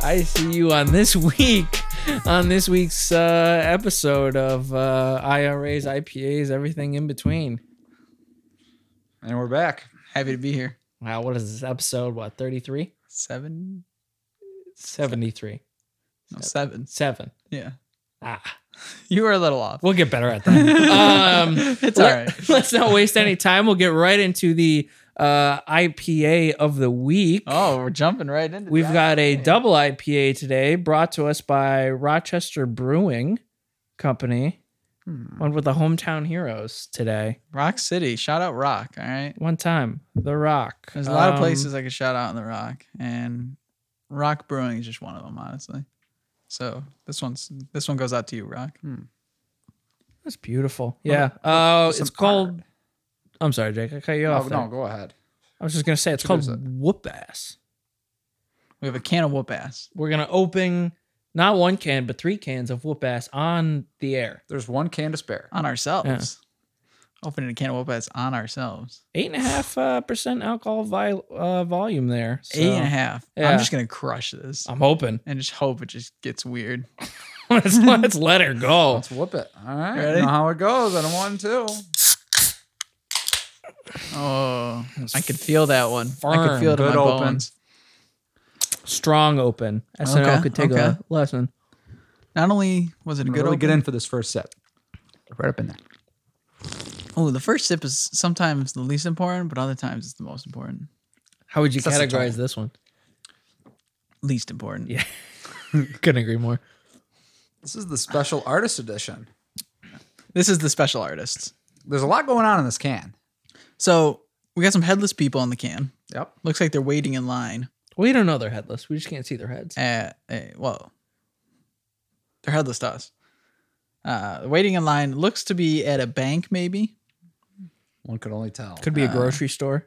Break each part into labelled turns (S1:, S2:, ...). S1: I see you on this week, on this week's uh, episode of uh, IRAs, IPAs, everything in between.
S2: And we're back. Happy to be here.
S1: Wow, what is this episode? What, 33?
S2: Seven?
S1: 73.
S2: No, seven.
S1: Seven.
S2: Yeah.
S1: Ah,
S2: You were a little off.
S1: we'll get better at that. Um,
S2: it's all
S1: let,
S2: right.
S1: us not waste any time. We'll get right into the uh, IPA of the week.
S2: Oh, we're jumping right into
S1: We've
S2: the
S1: got a
S2: IPA.
S1: double IPA today brought to us by Rochester Brewing Company,
S2: Hmm.
S1: one with the hometown heroes today.
S2: Rock City. Shout out Rock. All right.
S1: One time, The Rock.
S2: There's a lot of
S1: Um,
S2: places I could shout out in the Rock, and Rock Brewing is just one of them, honestly. So this one's this one goes out to you, Rock. Hmm.
S1: That's beautiful. Yeah. Uh,
S2: Some
S1: it's called.
S2: art.
S1: I'm sorry, Jake. I cut you
S3: Oh,
S1: off. there.
S2: go ahead.
S1: I was just gonna say it's called
S2: Introduce
S1: Whoop Ass.
S2: We have a can of whoop ass.
S1: We're gonna open not one can but three cans of Whoop Ass on the air.
S3: There's one can to spare.
S2: on ourselves. Opening a can of whoop ass on ourselves.
S1: Eight and a half uh, percent alcohol vi- uh, volume there. So
S2: Eight and a half.
S1: Yeah.
S2: I'm just gonna crush this
S1: I'm hoping.
S2: and just hope it just gets weird.
S1: let's, let's let her go.
S3: Let's whoop it. All right.
S2: Ready?
S3: Know how it goes. And a one, two.
S2: Oh, I could feel that one. I could
S1: firm.
S2: feel it in
S3: Good
S2: my
S3: open.
S2: bones.
S1: Strong open. SNL
S2: Okay,
S1: could take
S2: okay.
S1: a lesson.
S2: Not only was it a
S3: Good
S2: good
S3: really
S2: open.
S3: get in for this first sip. Right up in there.
S2: Oh, the first sip is sometimes the least important, but other times it's the most important.
S1: How would you
S2: That's a
S1: categorize
S2: tall-
S1: this one?
S2: Least important.
S1: Yeah. Couldn't agree more.
S3: This is the special artist edition.
S2: This is the special artists.
S3: There's a lot going on in this can.
S2: So we got some headless people on the can.
S3: Yep.
S2: Looks like they're waiting in line
S1: We don't know they're headless. We just can't see their heads.
S2: at a Eh, well. They're headless to us. Uh, waiting in line looks to be at a bank, maybe.
S3: One could only tell.
S1: Could be a
S2: Uh,
S1: grocery store.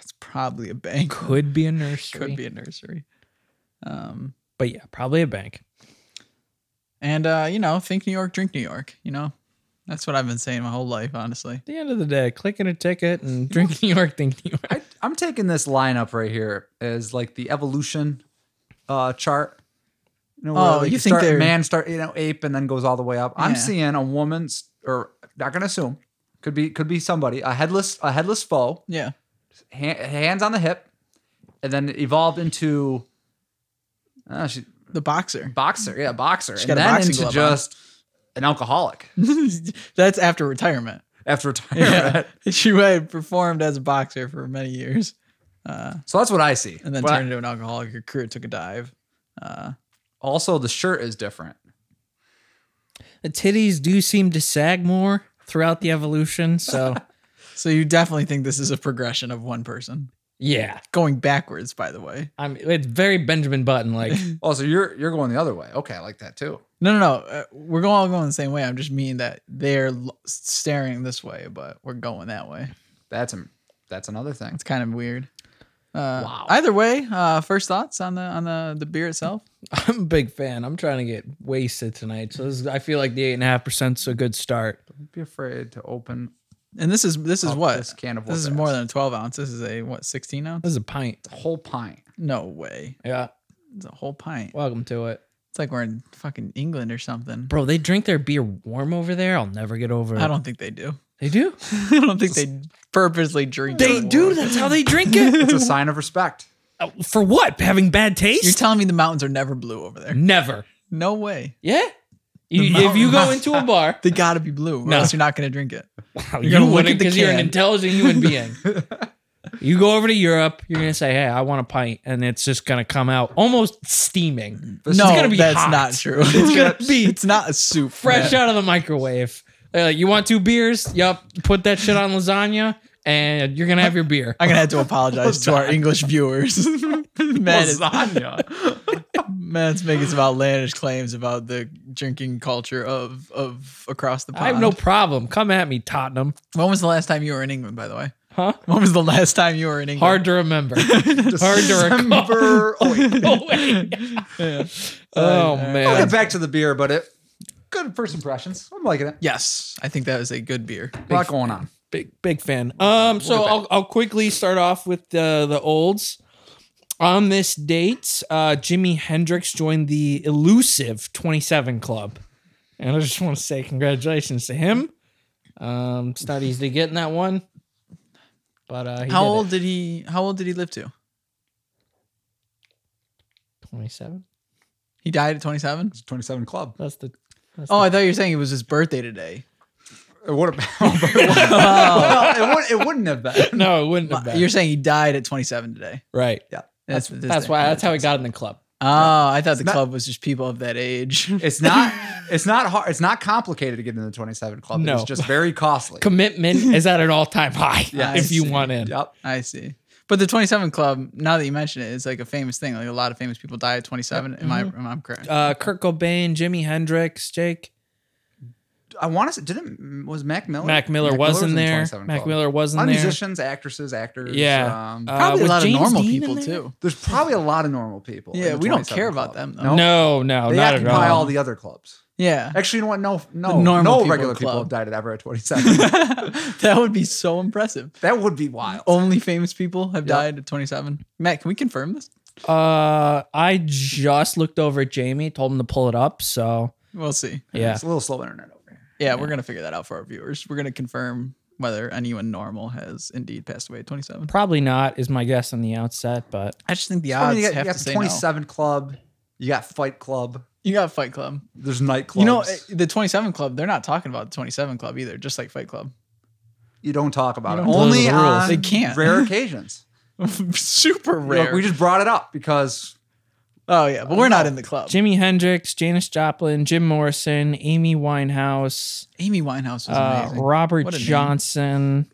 S2: It's probably a bank.
S1: Could be a nursery.
S2: Could be a nursery. Um,
S1: But yeah, probably a bank.
S2: and uh, you know, think New York, drink New York. You know, that's what I've been saying my whole life, honestly.
S1: At the end of the day, clicking a ticket and drinking New York, think New York.
S3: I, I'm taking this lineup right here as like the evolution uh, chart. You know, where
S2: Oh,
S3: like,
S2: you think
S3: start,
S2: they're-
S3: man start you know ape and then goes all the way up. I'm
S2: Yeah.
S3: seeing a woman's or not gonna assume could be could be somebody a headless a headless foe.
S2: Yeah,
S3: ha- hands on the hip, and then it evolved into uh, she,
S2: the boxer.
S3: boxer. Yeah, boxer,
S2: She
S3: and
S2: got a
S3: then
S2: boxing
S3: into
S2: glove on.
S3: just an alcoholic
S2: that's after retirement.
S3: after retirement.
S2: Yeah, she had performed as a boxer for many years, uh,
S3: So that's what I see.
S2: and then
S3: But
S2: turned into an alcoholic. Her career took a dive. Uh,
S3: also, the shirt is different.
S1: The titties do seem to sag more throughout the evolution. So
S2: so you definitely think this is a progression of one person
S1: yeah,
S2: going backwards. By the way,
S1: I'm. It's very Benjamin Button like.
S3: Oh, so you're you're going the other way. Okay, I like that too.
S2: No, no, no. Uh, we're going all going the same way. I'm just mean that they're l- staring this way, but we're going that way.
S3: That's a, that's another thing.
S2: It's kind of weird. Uh,
S1: Wow.
S2: Either way, uh, first thoughts on the on the the beer itself.
S1: I'm a big fan. I'm trying to get wasted tonight, so this is, I feel like the eight and a half percent's a good start.
S3: Don't be afraid to open
S2: And this is this is
S1: Oh,
S3: up
S2: what
S3: this can of
S2: this is
S3: Wolf
S2: more
S3: Ass.
S2: than a 12 ounce. This is a what 16 ounce?
S1: This is a pint.
S3: a whole pint.
S2: No way.
S1: Yeah,
S2: It's a whole pint.
S1: welcome to it,
S2: It's like we're in fucking England or something.
S1: bro. They drink their beer warm over there. I'll never get over it.
S2: I don't think they do.
S1: They do.
S2: I don't think they purposely drink.
S1: They
S2: it
S1: do.
S2: warm.
S1: That's how they drink it.
S3: It's a sign of respect.
S1: Uh, For what? Having bad
S2: You're
S1: taste?
S2: telling me the mountains are never blue over there?
S1: never.
S2: No way.
S1: Yeah. You, if
S2: mountain-
S1: you go into a bar,
S2: They gotta be blue, or
S1: No.
S2: else you're not gonna drink it.
S1: you
S2: gonna look
S1: wouldn't
S2: at the
S1: because you're an
S2: can.
S1: intelligent human being. you go over to Europe, you're gonna say, "Hey, I want a pint," and it's just gonna come out almost steaming.
S3: This is
S2: no,
S1: gonna be
S2: that's
S1: hot.
S2: not true.
S1: It's gonna be
S2: It's not a soup.
S1: fresh
S2: man.
S1: out of the microwave. They're like, you want two beers? Yup. Put that shit on lasagna, and you're gonna have your beer.
S2: I'm gonna have to apologize to our English viewers. Matt is,
S3: Lasagna.
S2: Matt's making some outlandish claims about the drinking culture of of across the pond.
S1: I have no problem. Come at me, Tottenham.
S2: When was the last time you were in England, by the way?
S1: Huh?
S2: When was the last time you were in England?
S1: Hard to remember. Hard to recall.
S3: December- oh, wait.
S1: Oh, wait.
S2: Yeah.
S1: Oh,
S3: I'll get
S1: man.
S3: back to the beer, but it good first impressions. I'm liking it.
S2: Yes, I think that was a good beer.
S3: A lot going on.
S1: Big big fan. Um, so I'll I'll quickly start off with the the uh, olds. On this date, uh, Jimi Hendrix joined the elusive 27 Club. And I just want to say congratulations to him. Um, it's not easy to get in that one. But uh, he
S2: how
S1: did
S2: old did he? How old did he live to?
S1: It. 27?
S2: He died at 27.
S3: It's 27 Club.
S1: That's the. That's
S2: Oh, I thought you were saying it was his birthday today.
S3: It would have well, it, would, it wouldn't have
S1: the,
S3: been.
S1: no, it wouldn't have
S2: My-
S1: been.
S2: You're saying he died at 27 today.
S1: right.
S3: Yeah.
S1: That's,
S2: what
S1: that's,
S2: this thing-
S1: why. That's how he got in the club.
S2: Oh, I thought the
S3: not-
S2: club was just people of that age.
S3: It's not it's not hard it's not complicated to get in the 27 Club.
S1: No.
S3: It's just very costly.
S1: Commitment is at an all time high
S2: Yeah,
S1: if
S2: I
S1: you
S2: see.
S1: want in.
S3: yep.
S2: I see. But the 27 Club, now that you mention it, is like a famous thing. Like a lot of famous people die at 27. Am I am I correct?
S1: Uh, Kurt Cobain, Jimi Hendrix, Jake.
S3: I want to say didn't was Oh, Mac Miller?
S1: Mac Miller was in
S3: the
S1: there.
S3: 27
S1: Mac
S3: Club.
S1: Miller was
S3: A
S1: in
S3: lot of
S1: there.
S3: musicians, actresses, actors.
S1: Yeah.
S3: Um,
S1: Uh,
S2: Probably a
S1: was
S2: lot
S1: James
S2: of normal
S1: Dean in
S2: people
S1: there?
S2: too.
S3: there's probably a lot of normal people. in
S2: Yeah,
S3: the
S2: we don't
S3: 27
S2: care about
S3: Club.
S2: them,
S3: No,
S2: though.
S1: No, no,
S3: they
S1: not at
S3: occupy
S1: all.
S3: all the other clubs.
S2: Yeah.
S3: Actually, you know what? No, no,
S2: The normal
S3: no
S2: people
S3: regular people
S2: club.
S3: have died at Everett 27.
S2: that would be so impressive.
S3: that would be wild.
S2: Only famous people have
S3: Yeah.
S2: died at 27. Matt, can we confirm this?
S1: Uh, I just looked over at Jamie, told him to pull it up. So
S2: We'll see.
S1: yeah,
S3: it's a little slow internet over here.
S2: Yeah, we're gonna figure that out for our viewers. We're gonna confirm whether anyone normal has indeed passed away at 27.
S1: probably not is my guess on the outset, but
S2: I just think the
S3: I
S2: odds
S3: mean, you got,
S2: have
S3: you got
S2: to
S3: the
S2: say
S3: 27
S2: 27.
S3: club. You got Fight Club.
S2: no. You got Fight Club.
S3: There's night clubs.
S2: You know, eh, the 27 Club, they're not talking about the 27 Club either, just like Fight Club.
S3: you don't talk about
S2: You
S3: it.
S2: don't-
S1: Those
S3: Only
S1: are the rules.
S3: on
S2: They can't.
S3: rare occasions.
S2: Super
S3: You know,
S2: rare.
S3: we just brought it up because
S2: oh, yeah, but we're not in the club.
S1: Jimi Hendrix, Janis Joplin, Jim Morrison, Amy Winehouse,
S2: Amy Winehouse was
S1: uh,
S2: amazing.
S1: Robert
S2: What a name.
S1: Johnson,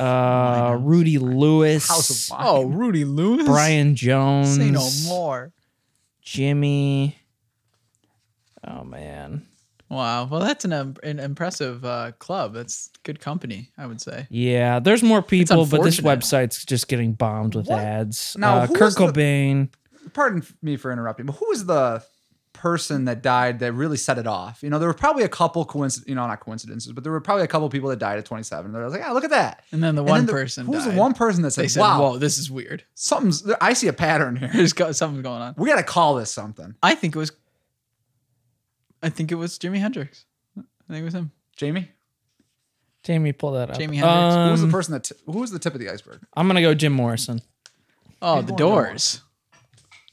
S1: uh, Rudy Lewis,
S3: House of Wine.
S2: Oh, Rudy Lewis?
S1: Brian Jones,
S2: Say no more.
S1: Jimmy. Oh man,
S2: Wow. Well, that's an, um, an impressive uh, club. That's good company, I would say.
S1: yeah, there's more people, but this
S2: unfortunate.
S1: website's just getting bombed with
S3: What?
S1: ads.
S3: Now,
S1: uh,
S3: who
S1: Kurt
S3: was the-
S1: Cobain.
S3: pardon me for interrupting, but who was the person that died that really set it off? You know, there were probably a couple coincidence, you know, not coincidences, but there were probably a couple people that died at 27. And I was like, yeah, look at that.
S2: And then the
S3: And
S2: one
S3: then the-
S2: person
S3: Who was the
S2: died.
S3: one person that said,
S2: They said,
S3: wow,
S2: whoa, this is weird.
S3: something's, there- I see a pattern here.
S2: There's got something going on.
S3: We got to call this something.
S2: I think it was. I think it was Jimi Hendrix. I think it was him.
S3: Jamie,
S1: Jamie, pull that up.
S2: Jimi Hendrix.
S3: who was the
S1: Um,
S3: person that, t- who was the tip of the iceberg?
S1: I'm gonna go Jim Morrison.
S2: Oh,
S3: Keep
S2: the
S3: going, go on.
S2: Doors.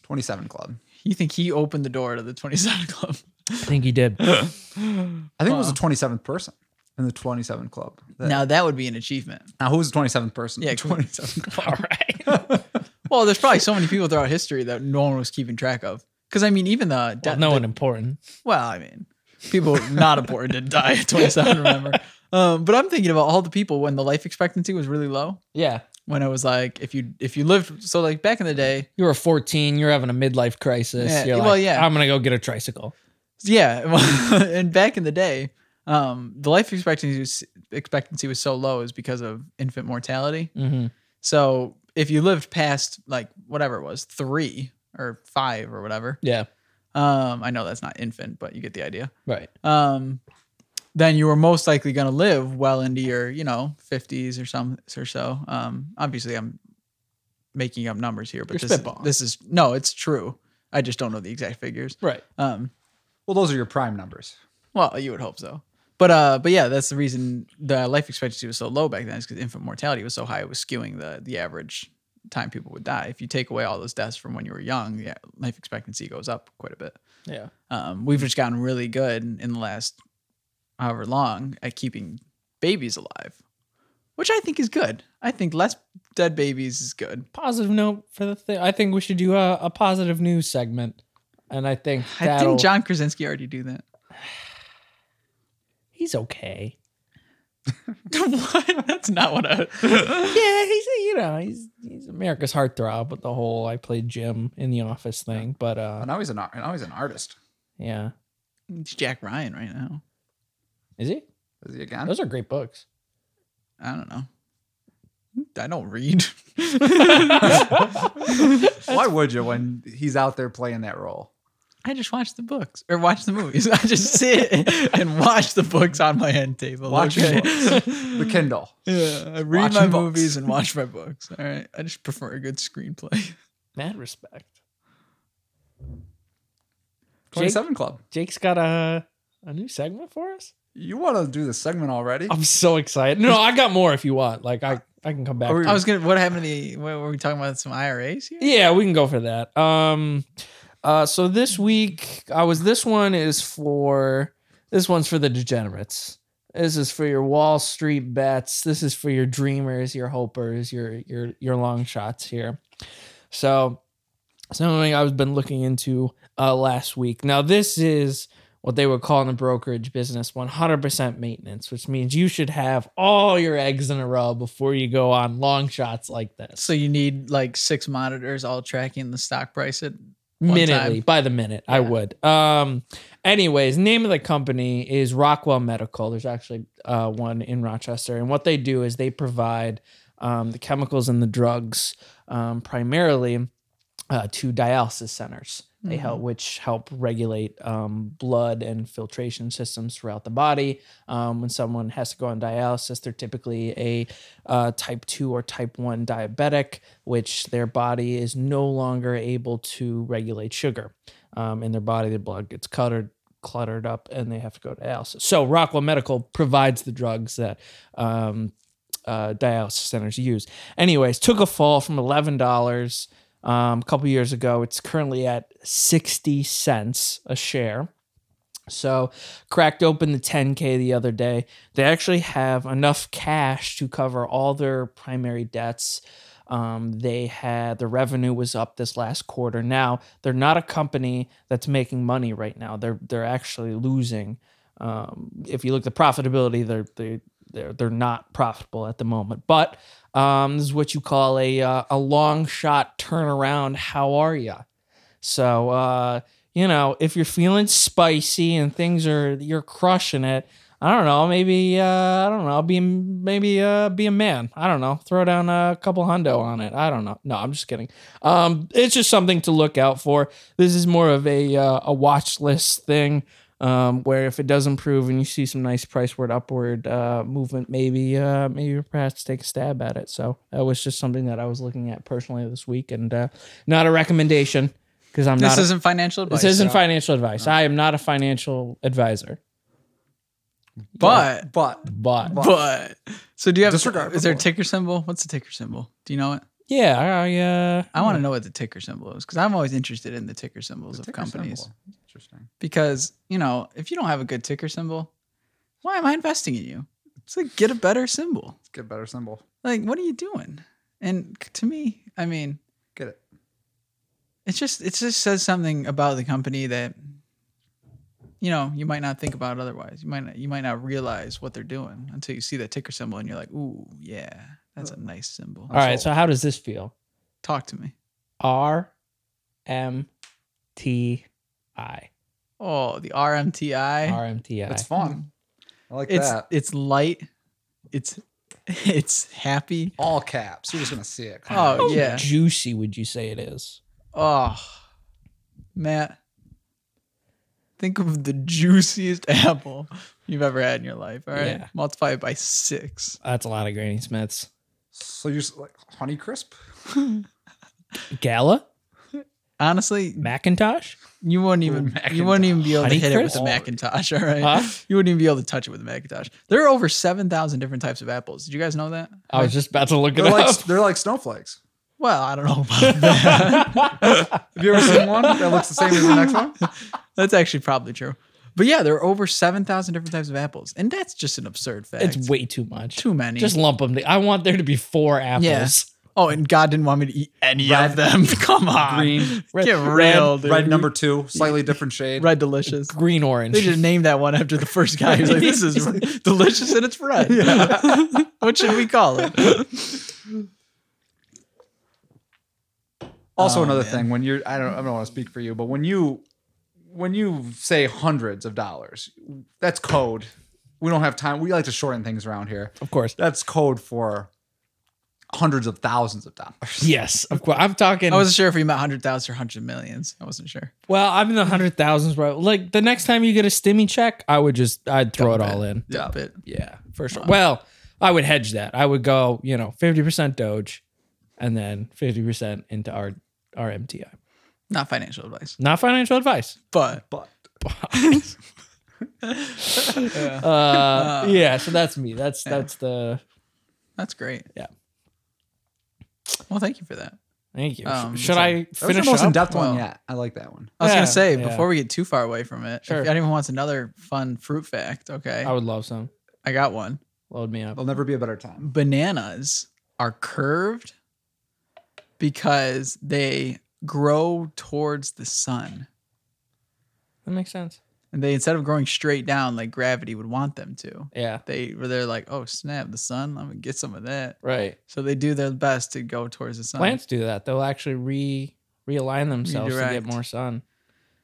S3: 27 Club.
S2: You think he opened the door to the 27 Club?
S1: I think he did.
S3: I think it
S2: uh,
S3: was the 27th person in the 27th Club. That-
S2: Now that would be an achievement.
S3: now, who was the 27th person?
S2: Yeah,
S3: in the
S2: can we-
S3: 27th Club.
S1: All right.
S2: Well, there's probably so many people throughout history that no one was keeping track of. Because I mean, even the de-
S1: Well, no
S2: the-
S1: one important.
S2: Well, I mean, people not important did die at 27. Remember, um, but I'm thinking about all the people when the life expectancy was really low.
S1: Yeah.
S2: When it was like, if you if you lived so like back in the day,
S1: You were 14. You're having a midlife crisis.
S2: Yeah,
S1: You're
S2: well,
S1: like,
S2: yeah.
S1: I'm gonna go get a tricycle.
S2: yeah, well, and back in the day, um, the life expectancy was, expectancy was so low is because of infant mortality.
S1: hmm
S2: So if you lived past like whatever it was three or five or whatever,
S1: Yeah.
S2: um, I know that's not infant, but you get the idea.
S1: Right.
S2: um, then you were most likely going to live well into your, you know, 50s or some or so. Um, obviously, I'm making up numbers here, but
S1: You're
S2: this,
S1: spitballing.
S2: this is no, it's true. I just don't know the exact figures.
S1: Right.
S2: Um,
S3: Well, those are your prime numbers.
S2: well, you would hope so. But uh, but yeah, that's the reason the life expectancy was so low back then is because infant mortality was so high, it was skewing the the average time people would die. If you take away all those deaths from when you were young, yeah, life expectancy goes up quite a bit.
S1: Yeah.
S2: Um, we've just gotten really good in in the last however long at keeping babies alive, which I think is good. I think less dead babies is good.
S1: Positive note for the thing. I think we should do a, a positive news segment, and I think
S2: I
S1: that'll,
S2: think John Krasinski already do that.
S1: he's okay.
S2: what? That's not what I.
S1: Yeah, he's you know he's he's America's heartthrob with the whole I played Jim in the office thing, but uh
S3: And now he's an, ar- now he's an artist.
S1: yeah,
S2: it's Jack Ryan right now.
S1: is he?
S3: Is he again?
S1: Those are great books.
S2: I don't know. I don't read.
S3: Why would you when he's out there playing that role?
S2: I just watch the books or watch the movies. I just sit and watch the books on my end table.
S3: Watch
S2: okay?
S3: your
S2: Hmm.
S3: The Kindle.
S2: Yeah, I read
S3: Watch
S2: my
S3: your books.
S2: movies and watch my books. All right, I just prefer a good screenplay.
S1: Mad respect. Jake,
S3: 27 Club.
S1: Jake's got a a new segment for us.
S3: You want to do this segment already?
S1: I'm so excited. No, I got more if you want. Like I I can come back.
S3: Are we-
S2: I was gonna. What happened to the? What, were we talking about some IRAs here?
S1: Yeah, we can go for that. Um, uh, so this week I was. This one is for. This one's for the degenerates. This is for your Wall Street bets. This is for your dreamers, your hopers, your your your long shots here. So something I've been looking into uh, last week. Now this is what they would call in the brokerage business 100% maintenance, which means you should have all your eggs in a row before you go on long shots like this.
S2: So you need like six monitors all tracking the stock price. At one
S1: minutely
S2: time.
S1: by the minute i
S2: Yeah.
S1: would um anyways name of the company is rockwell medical there's actually uh one in rochester and what they do is they provide um the chemicals and the drugs um primarily uh, to dialysis centers
S2: Hmm.
S1: they help which help regulate um, blood and filtration systems throughout the body um, when someone has to go on dialysis they're typically a uh, type 2 or type 1 diabetic which their body is no longer able to regulate sugar um, in their body the blood gets cluttered cluttered up and they have to go to dialysis so rockwell medical provides the drugs that um, uh, dialysis centers use anyways took a fall from $11 um, a couple years ago it's currently at 60 cents a share so, cracked open the 10K the other day. They actually have enough cash to cover all their primary debts. Um, they had the revenue was up this last quarter. Now they're not a company that's making money right now. They're they're actually losing. Um, if you look at the profitability, they're they they're they're not profitable at the moment. But um, this is what you call a uh, a long shot turnaround. How are you? So uh, you know, if you're feeling spicy and things are you're crushing it, I don't know, maybe uh, I don't know, be maybe uh, be a man. I don't know, throw down a couple hundo on it. I don't know. No, I'm just kidding. Um, it's just something to look out for. This is more of a uh, a watch list thing. Um, where if it does improve and you see some nice price word upward uh, movement, maybe uh, maybe perhaps take a stab at it. So that was just something that I was looking at personally this week, and uh, not a recommendation because I'm
S2: This
S1: not a-
S2: isn't financial advice.
S1: this isn't
S2: so-
S1: financial advice. I am not a financial advisor,
S2: But
S3: but
S1: but
S2: but so do you have?
S3: Disregard
S2: Is there a
S3: before.
S2: ticker symbol? What's the ticker symbol? Do you know it?
S1: yeah, I uh,
S2: I want to know what the ticker symbol is because I'm always interested in the ticker symbols
S3: Hmm. the
S2: of
S3: ticker
S2: companies.
S3: symbol. Interesting.
S2: Because you know, if you don't have a good ticker symbol, why am I investing in you? It's like get a better symbol.
S3: Let's get a better symbol.
S2: Like what are you doing? And c- to me, I mean,
S3: Get it.
S2: it's just it just says something about the company that you know you might not think about otherwise. You might not, you might not realize what they're doing until you see that ticker symbol and you're like, ooh, yeah, that's a nice symbol.
S3: Uh,
S1: all right. So how does this feel?
S2: Talk to me.
S1: R M T I
S2: Oh, the RMTI.
S1: R M T I.
S3: It's fun. I like
S2: it's
S3: that.
S2: it's light. It's it's happy.
S3: All caps. You're just gonna see it.
S2: Oh yeah.
S1: Juicy, would you say it is?
S2: Oh, Matt, think of the juiciest apple you've ever had in your life. All right,
S1: Yeah.
S2: multiply it by six.
S1: That's a lot of Granny Smiths.
S3: So you're s- like Honey Crisp.
S1: Gala,
S2: Honestly,
S1: Macintosh.
S2: you wouldn't even you wouldn't even be able to
S1: Honey
S2: hit it with
S1: Crisp?
S2: a Macintosh. All right,
S1: Huh?
S2: you wouldn't even be able to touch it with a Macintosh. There are over seven thousand different types of apples. Did you guys know that?
S1: I was just about to look it
S3: They're like
S1: up.
S3: they're like snowflakes.
S2: Well, I don't know about that.
S3: Have you ever seen one that looks the same as the next one?
S2: that's actually probably true. But yeah, there are over seven thousand different types of apples, and that's just an absurd fact.
S1: It's way too much.
S2: too many.
S1: Just lump them. I want there to be four apples.
S2: Yeah. Oh, and God didn't want me to eat any of them. Come on.
S3: Green.
S2: Get
S1: Red-
S2: real, dude.
S3: Red number two, slightly different shade.
S2: Red delicious.
S1: Green orange.
S2: They just named that one after the first guy. He's like, this is delicious and it's red. what should we call it?
S3: Also,
S2: Oh,
S3: another
S2: man.
S3: thing when you're I don't I don't want to speak for you, but when you when you say hundreds of dollars, that's code. We don't have time. We like to shorten things around here.
S1: of course.
S3: That's code for hundreds of thousands of dollars.
S1: Yes, of course. I'm talking.
S2: I wasn't sure if we meant 100,000 or 100 millions. I wasn't sure.
S1: Well, I'm in the hundred thousands, bro. Like the next time you get a stimmy check, I would just I'd throw
S2: Dump
S1: it all in.
S2: Yeah. Bit.
S1: Yeah, for sure. Well, I would hedge that. I would go, you know, fifty percent Doge, and then fifty percent into our RMTI.
S2: Not financial advice,
S1: Not financial advice.
S2: but
S3: But
S1: Uh, yeah, so that's me. That's that's the
S2: that's great.
S1: Yeah.
S2: Well, thank you for that.
S1: thank you. Sh-
S2: Um,
S1: Should
S2: so-
S1: I
S3: that was the
S1: finish
S3: most
S1: up?
S3: in depth
S2: Well-
S3: one yet. I like that one.
S2: I was
S1: Yeah,
S2: gonna say
S1: yeah.
S2: before we get too far away from it,
S1: Sure.
S2: if anyone wants another fun fruit fact, okay,
S1: I would love some.
S2: I got one.
S1: Load me up.
S3: There'll never be a better time.
S2: Bananas are curved because they grow towards the sun,
S1: That makes sense.
S2: and they instead of growing straight down like gravity would want them to,
S1: Yeah.
S2: they where they're like, oh snap, the sun, I'm gonna get some of that.
S1: Right.
S2: So they do their best to go towards the sun.
S1: Plants do that. They'll actually re realign themselves to
S2: Redirect.
S1: get more sun.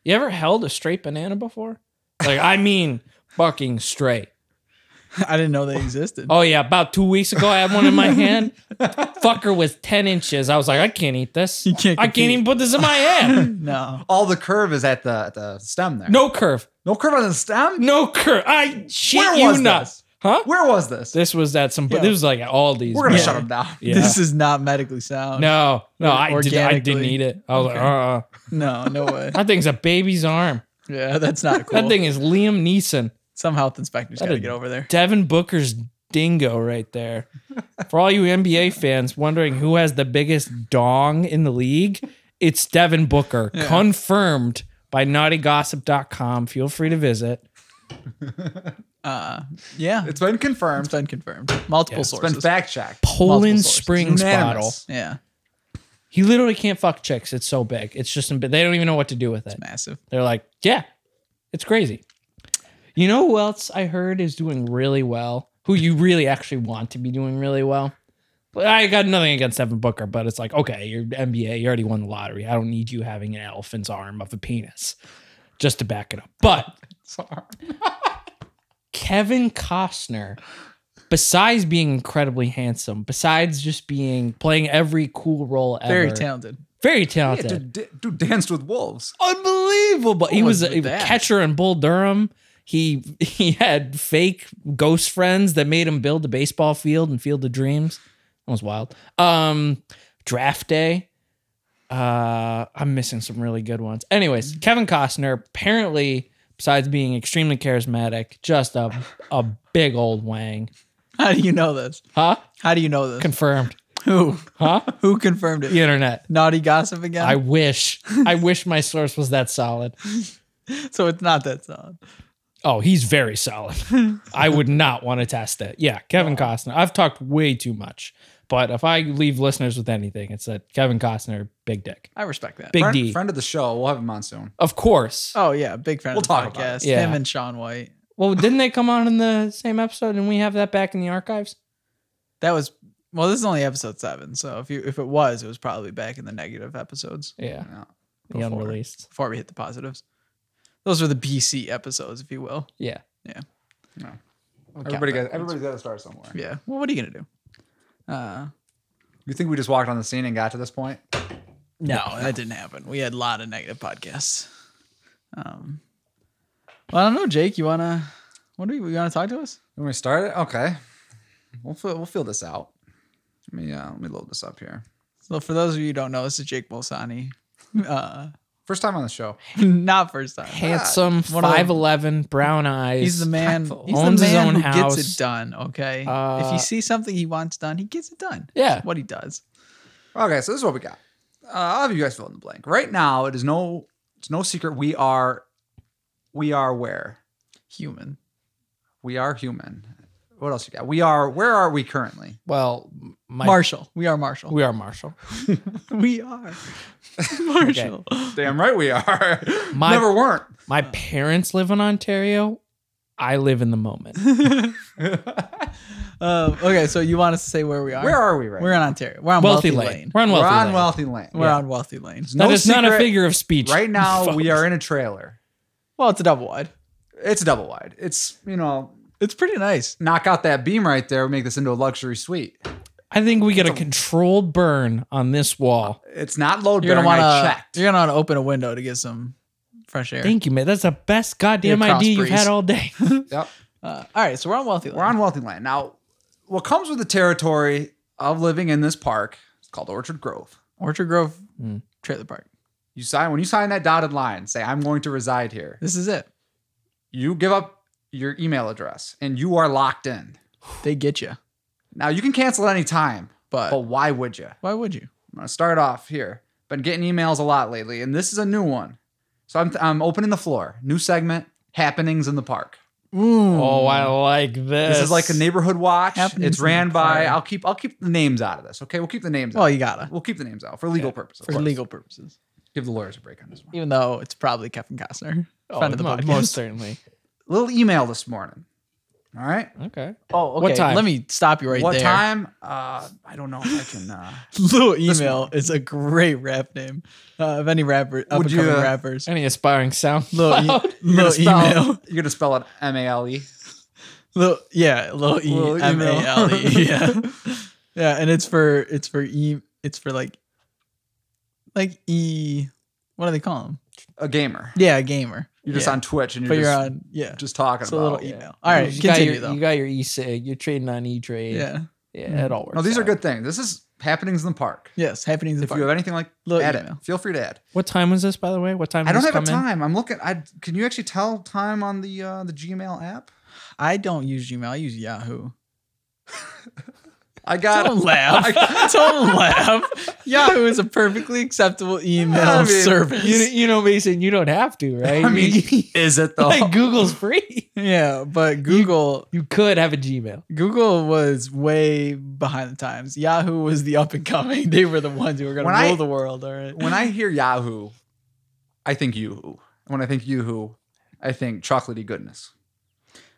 S1: You ever held a straight banana before? Like I mean fucking straight.
S2: I didn't know they existed.
S1: Oh yeah, about two weeks ago I had one in my hand. Fucker was ten inches. I was like, I can't eat this.
S2: You can't
S1: I can't
S2: compete.
S1: even put this in my hand.
S2: no.
S3: All the curve is at the at the stem there.
S1: No curve.
S3: no curve on the stem.
S1: No curve. I shit
S3: Where
S1: you
S3: was
S1: not.
S3: this?
S1: Huh?
S3: Where was this?
S1: This was at some. But
S2: Yeah.
S1: This was like at Aldi's.
S3: We're gonna
S1: man.
S3: shut him down.
S1: Yeah.
S2: This is not medically sound.
S1: No, no, I, did, I didn't
S2: Organically.
S1: eat it. I was
S2: Okay.
S1: like, uh, uh
S2: No, no way.
S1: that thing's a baby's arm.
S2: Yeah, that's not cool.
S1: That thing is Liam Neeson,
S2: Some health inspector's got to
S1: That'd-
S2: get over there.
S1: Devin Booker's dingo right there. For all you NBA fans wondering who has the biggest dong in the league, it's Devin Booker,
S2: Yeah.
S1: confirmed by NaughtyGossip.com. Feel free to visit.
S2: Uh, yeah,
S3: It's been confirmed.
S2: it's been confirmed. Multiple
S1: Yeah, it's
S3: it's
S2: sources.
S3: been fact checked.
S1: Poland
S2: sources.
S1: Springs bottle.
S3: Unanimous.
S2: yeah,
S1: He literally can't fuck chicks. It's so big. It's just they don't even know what to do with it.
S2: massive.
S1: They're like, yeah, it's crazy. You know who else I heard is doing really well? Who you really actually want to be doing really well? But I got nothing against Devin Booker, but it's like, okay, you're NBA, you already won the lottery. I don't need you having an elephant's arm of a penis just to back it up. But Kevin Costner, besides being incredibly handsome, besides just being playing every cool role ever,
S2: Very talented.
S1: very
S3: Yeah,
S1: talented,
S3: dude, d- dude danced with wolves.
S1: unbelievable. He
S2: was
S1: was,
S2: with
S1: a
S2: that?
S1: catcher in Bull Durham. He he had fake ghost friends that made him build a baseball field and Field of Dreams. That was wild. Um, draft day. Uh, I'm missing some really good ones.
S2: Mm-hmm.
S1: Anyways, Kevin Costner apparently, besides being extremely charismatic, just a a big old wang.
S2: How do you know this?
S1: Huh?
S2: How do you know this?
S1: Confirmed.
S2: who?
S1: Huh?
S2: Who confirmed it?
S1: The internet.
S2: Naughty gossip again.
S1: I wish. I wish my source was that solid.
S2: so it's not that solid.
S1: Oh, he's very solid. I would not want to test it. Yeah, Kevin Costner. I've talked way too much, but if I leave listeners with anything, it's that Kevin Costner, big dick,
S2: I respect that.
S1: big
S3: friend,
S1: D.
S3: friend of the show. We'll have him on soon.
S1: Of course.
S2: oh yeah, big fan
S3: We'll
S2: of the
S3: talk about
S2: podcast.
S3: it.
S1: Yeah.
S2: Him and Sean White.
S1: Well, didn't they come on in the same episode? And we have that back in the archives.
S2: That was well. This is only episode seven, so if you if it was, it was probably back in the negative episodes
S1: Yeah,
S3: Yeah.
S1: the
S2: Before.
S1: unreleased.
S2: before we hit the positives. Those were the BC episodes, if you will.
S1: Yeah,
S3: Everybody
S2: that
S3: got everybody's got to start somewhere.
S2: Yeah. Well, what are you gonna do? Uh,
S3: You think we just walked on the scene and got to this point?
S2: no, that didn't happen. We had a lot of negative podcasts. Um, well, I don't know, Jake. You wanna? What do you, you wanna talk to us?
S3: When we start it, okay. We'll fill, we'll fill this out. Let me uh, let me load this up here.
S2: So, for those of you who don't know, this is Jake Bolsani. Uh,
S3: First time on the show.
S2: not first time.
S1: handsome,
S2: One of the-
S1: five eleven, brown eyes.
S2: He's the man.
S1: tactful,
S2: He's
S1: owns
S2: the man
S1: his own
S2: who
S1: house.
S2: gets it done. Okay. if
S1: Uh,
S2: you see something he wants done, he gets it done.
S1: Yeah.
S2: That's what he does.
S3: Okay, so this is what we got. Uh, I'll have you guys fill in the blank. Right now, it is no it's no secret we are we are where
S2: Human.
S3: we are human. What else you got? We are where are we currently?
S1: Well, my,
S2: Marshall. We are Marshall.
S1: we are Marshall.
S2: We are Marshall.
S3: Damn right we are.
S1: My-
S3: Never weren't.
S1: My parents live in Ontario. I live in the moment.
S2: Um, okay, so you want us to say where we are?
S3: Where are we right?
S2: We're in Ontario. We're on
S1: Wealthy
S2: Wealthy,
S1: lane.
S2: Lane.
S1: We're on
S3: now?
S1: wealthy
S3: We're on
S1: lane.
S3: wealthy lane.
S2: We're on Wealthy Lane.
S3: There's
S1: That is
S3: no
S1: not a
S3: secret.
S1: figure of speech.
S3: Right now,
S1: folks.
S3: we are in a trailer.
S2: Well, it's a double wide.
S3: It's double wide. It's you know
S2: It's pretty nice.
S3: knock out that beam right there. Make this into a luxury suite.
S1: I think we get a controlled burn on this wall.
S3: It's not load
S2: You're
S3: bearing.
S2: gonna
S3: I
S2: want
S3: checked.
S2: to. You're gonna want to open a window to get some fresh air.
S1: Thank you, man. That's the best goddamn
S2: Yeah, cross
S1: idea you've
S2: breeze.
S1: had all day.
S3: Yep.
S2: Uh, all right, so we're on Wealthy Lane.
S3: We're on wealthy land. Now, what comes with the territory of living in this park? It's called Orchard Grove. Mm.
S2: Orchard Grove trailer park.
S3: You sign when you sign that dotted line, say I'm going to reside here.
S2: This is it.
S3: You give up your email address and you are locked in.
S2: They get you,
S3: Now you can cancel at any time,
S2: but
S3: but why would you?
S2: why would you?
S3: I'm gonna start off here. Been getting emails a lot lately, and this is a new one. So I'm I'm opening the floor. New segment: happenings in the park.
S1: Oh, I like this.
S3: This is like a neighborhood watch.
S2: Happenings
S3: it's
S2: in
S3: ran
S2: the
S3: by.
S2: park.
S3: I'll keep I'll keep the names out of this. Okay, we'll keep the names.
S2: Mm-hmm. Well,
S3: out.
S2: you gotta
S3: We'll keep the names out for legal
S1: Yeah,
S3: purposes. of
S2: for
S3: Oh, course.
S2: legal purposes.
S3: give the lawyers a break on this one.
S2: Even though it's probably Kevin Costner,
S1: Oh,
S2: friend of the
S1: mo-
S2: podcast.
S1: most certainly.
S3: Little email this morning. All right.
S1: Okay.
S2: Oh, okay.
S1: What time?
S2: Let me stop you right
S3: what
S2: there.
S3: time? Uh, I don't know if I can. Uh,
S2: Lil Email is a great rap name uh, of any rapper, up
S3: Would
S2: and
S3: you,
S2: coming
S3: uh,
S2: rappers.
S1: Any aspiring sound?
S2: Lil, e-
S1: cloud?
S3: you're gonna
S2: Lil
S3: spell-
S2: Email,
S3: You're gonna spell it M A L E.
S2: Lil, yeah, Lil
S3: Lil
S2: E
S3: Email.
S2: M A L E, yeah, yeah, and it's for it's for e it's for like like e what do they call them?
S3: A gamer.
S2: Yeah, a gamer.
S3: You're just
S2: Yeah.
S3: on Twitch and
S2: but
S3: you're
S2: you're
S3: just,
S2: on yeah.
S3: just talking
S2: It's a
S3: about.
S2: little email. All right,
S1: you got
S2: continue
S1: your,
S2: though.
S1: You got your e sig. You're trading on e trade.
S2: yeah.
S1: Yeah, it all works.
S3: no, these are
S1: out.
S3: good things. This is happenings in the park.
S2: Yes, happenings in the
S3: If you have
S2: park.
S3: anything like
S2: Little
S3: add
S2: email.
S3: it, feel free to add.
S1: What time was this, by the way? What time? did
S3: I don't
S1: this
S3: have a
S1: come in?
S3: time. I'm looking. I can you actually tell time on the uh, the Gmail app?
S2: I don't use Gmail. I use Yahoo.
S3: I got.
S2: Don't laugh. Don't laugh. Yahoo is a perfectly acceptable email
S3: I mean,
S2: service.
S1: You, you know, Mason, you don't have to, right?
S3: I mean, is it though?
S1: like Google's free.
S2: yeah, but Google
S1: You could have a Gmail.
S2: Google was way behind the times. Yahoo was the up and coming. They were the ones who were going to
S3: When
S2: rule
S3: I-
S2: the world. All right.
S3: when I hear Yahoo, I think Yoo-hoo. When I think Yoo-hoo, I think chocolatey goodness.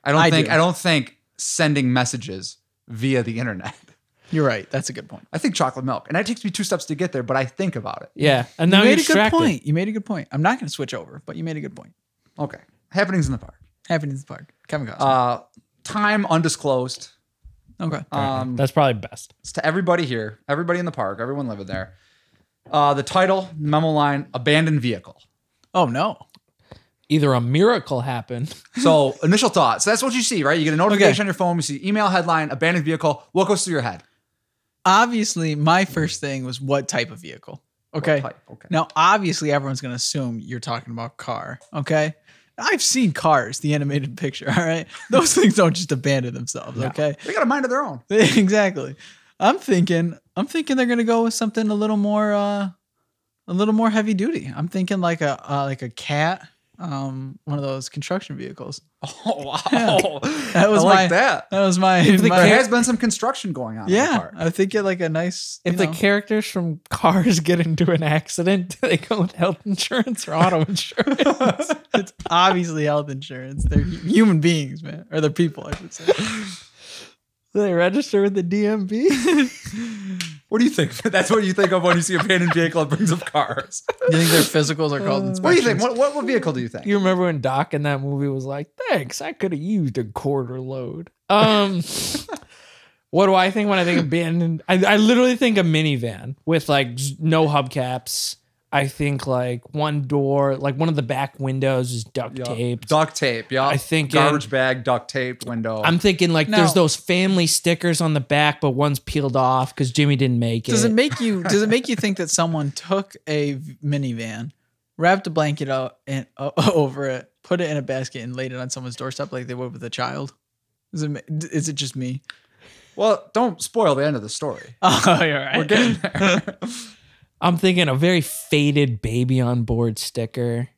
S3: I don't
S2: I
S3: think
S2: do.
S3: I don't think sending messages via the internet.
S2: You're right. That's a good point.
S3: I think chocolate milk, and it takes me two steps to get there, but I think about it.
S1: Yeah, and now you
S2: you made
S1: are
S2: a good
S1: distracted.
S2: point. You made a good point. I'm not going to switch over, but you made a good point.
S3: Okay, happenings in the park.
S2: Happenings in the park. Kevin Costner.
S3: Uh, time undisclosed.
S2: okay.
S3: Um,
S1: That's probably best.
S3: it's to everybody here, everybody in the park, everyone living there. Uh, the title memo line: abandoned vehicle.
S2: Oh no.
S1: Either a miracle happened.
S3: So initial thoughts. That's what you see, right? You get a notification
S2: Okay.
S3: on your phone. You see email headline: abandoned vehicle. What goes through your head?
S2: Obviously, my first thing was what type of vehicle. Okay.
S3: What type? Okay.
S2: Now, obviously, everyone's going to assume you're talking about car. Okay. I've seen cars, the animated picture. All right. Those things don't just abandon themselves. Okay.
S3: They got a mind of their own.
S2: exactly. I'm thinking. I'm thinking they're going to go with something a little more, uh, a little more heavy duty. I'm thinking like a uh, like a cat, um, one of those construction vehicles.
S3: Oh wow,
S2: That was
S3: I like
S2: my-
S3: that.
S2: That was my.
S1: the
S2: my-
S3: There has been some construction going on. in the
S2: yeah,
S3: park.
S2: I think it like a nice.
S1: If
S2: you
S1: the
S2: know-
S1: characters from Cars get into an accident, do they go with health insurance or auto insurance?
S2: it's obviously health insurance. They're hu- human beings, man, or they're people. I should say.
S1: do they register with the DMV?
S3: What do you think? That's what you think of when you see abandoned vehicle that brings up cars.
S2: You think their physicals are called inspections?
S3: What do you think? What, what, what vehicle do you think?
S1: you remember when Doc in that movie was like, "Thanks, I could have used a quarter load." Um, what do I think when I think abandoned? I, I literally think a minivan with like z- no hubcaps. I think like one door, like one of the back windows is duct
S3: Yeah.
S1: taped.
S3: Duct tape. Yeah.
S1: I think,
S3: garbage bag, duct taped window.
S1: I'm thinking like
S2: Now-
S1: there's those family stickers on the back, but one's peeled off because Jimmy didn't make
S2: Does
S1: it.
S2: it make you? Does it make you think that someone took a v- minivan, wrapped a blanket out and o over it, put it in a basket, and laid it on someone's doorstep like they would with a child? Is it? ma- d- Is it just me?
S3: well, don't spoil the end of the story.
S2: Oh, you're right.
S3: We're getting there.
S1: I'm thinking a very faded baby on board sticker,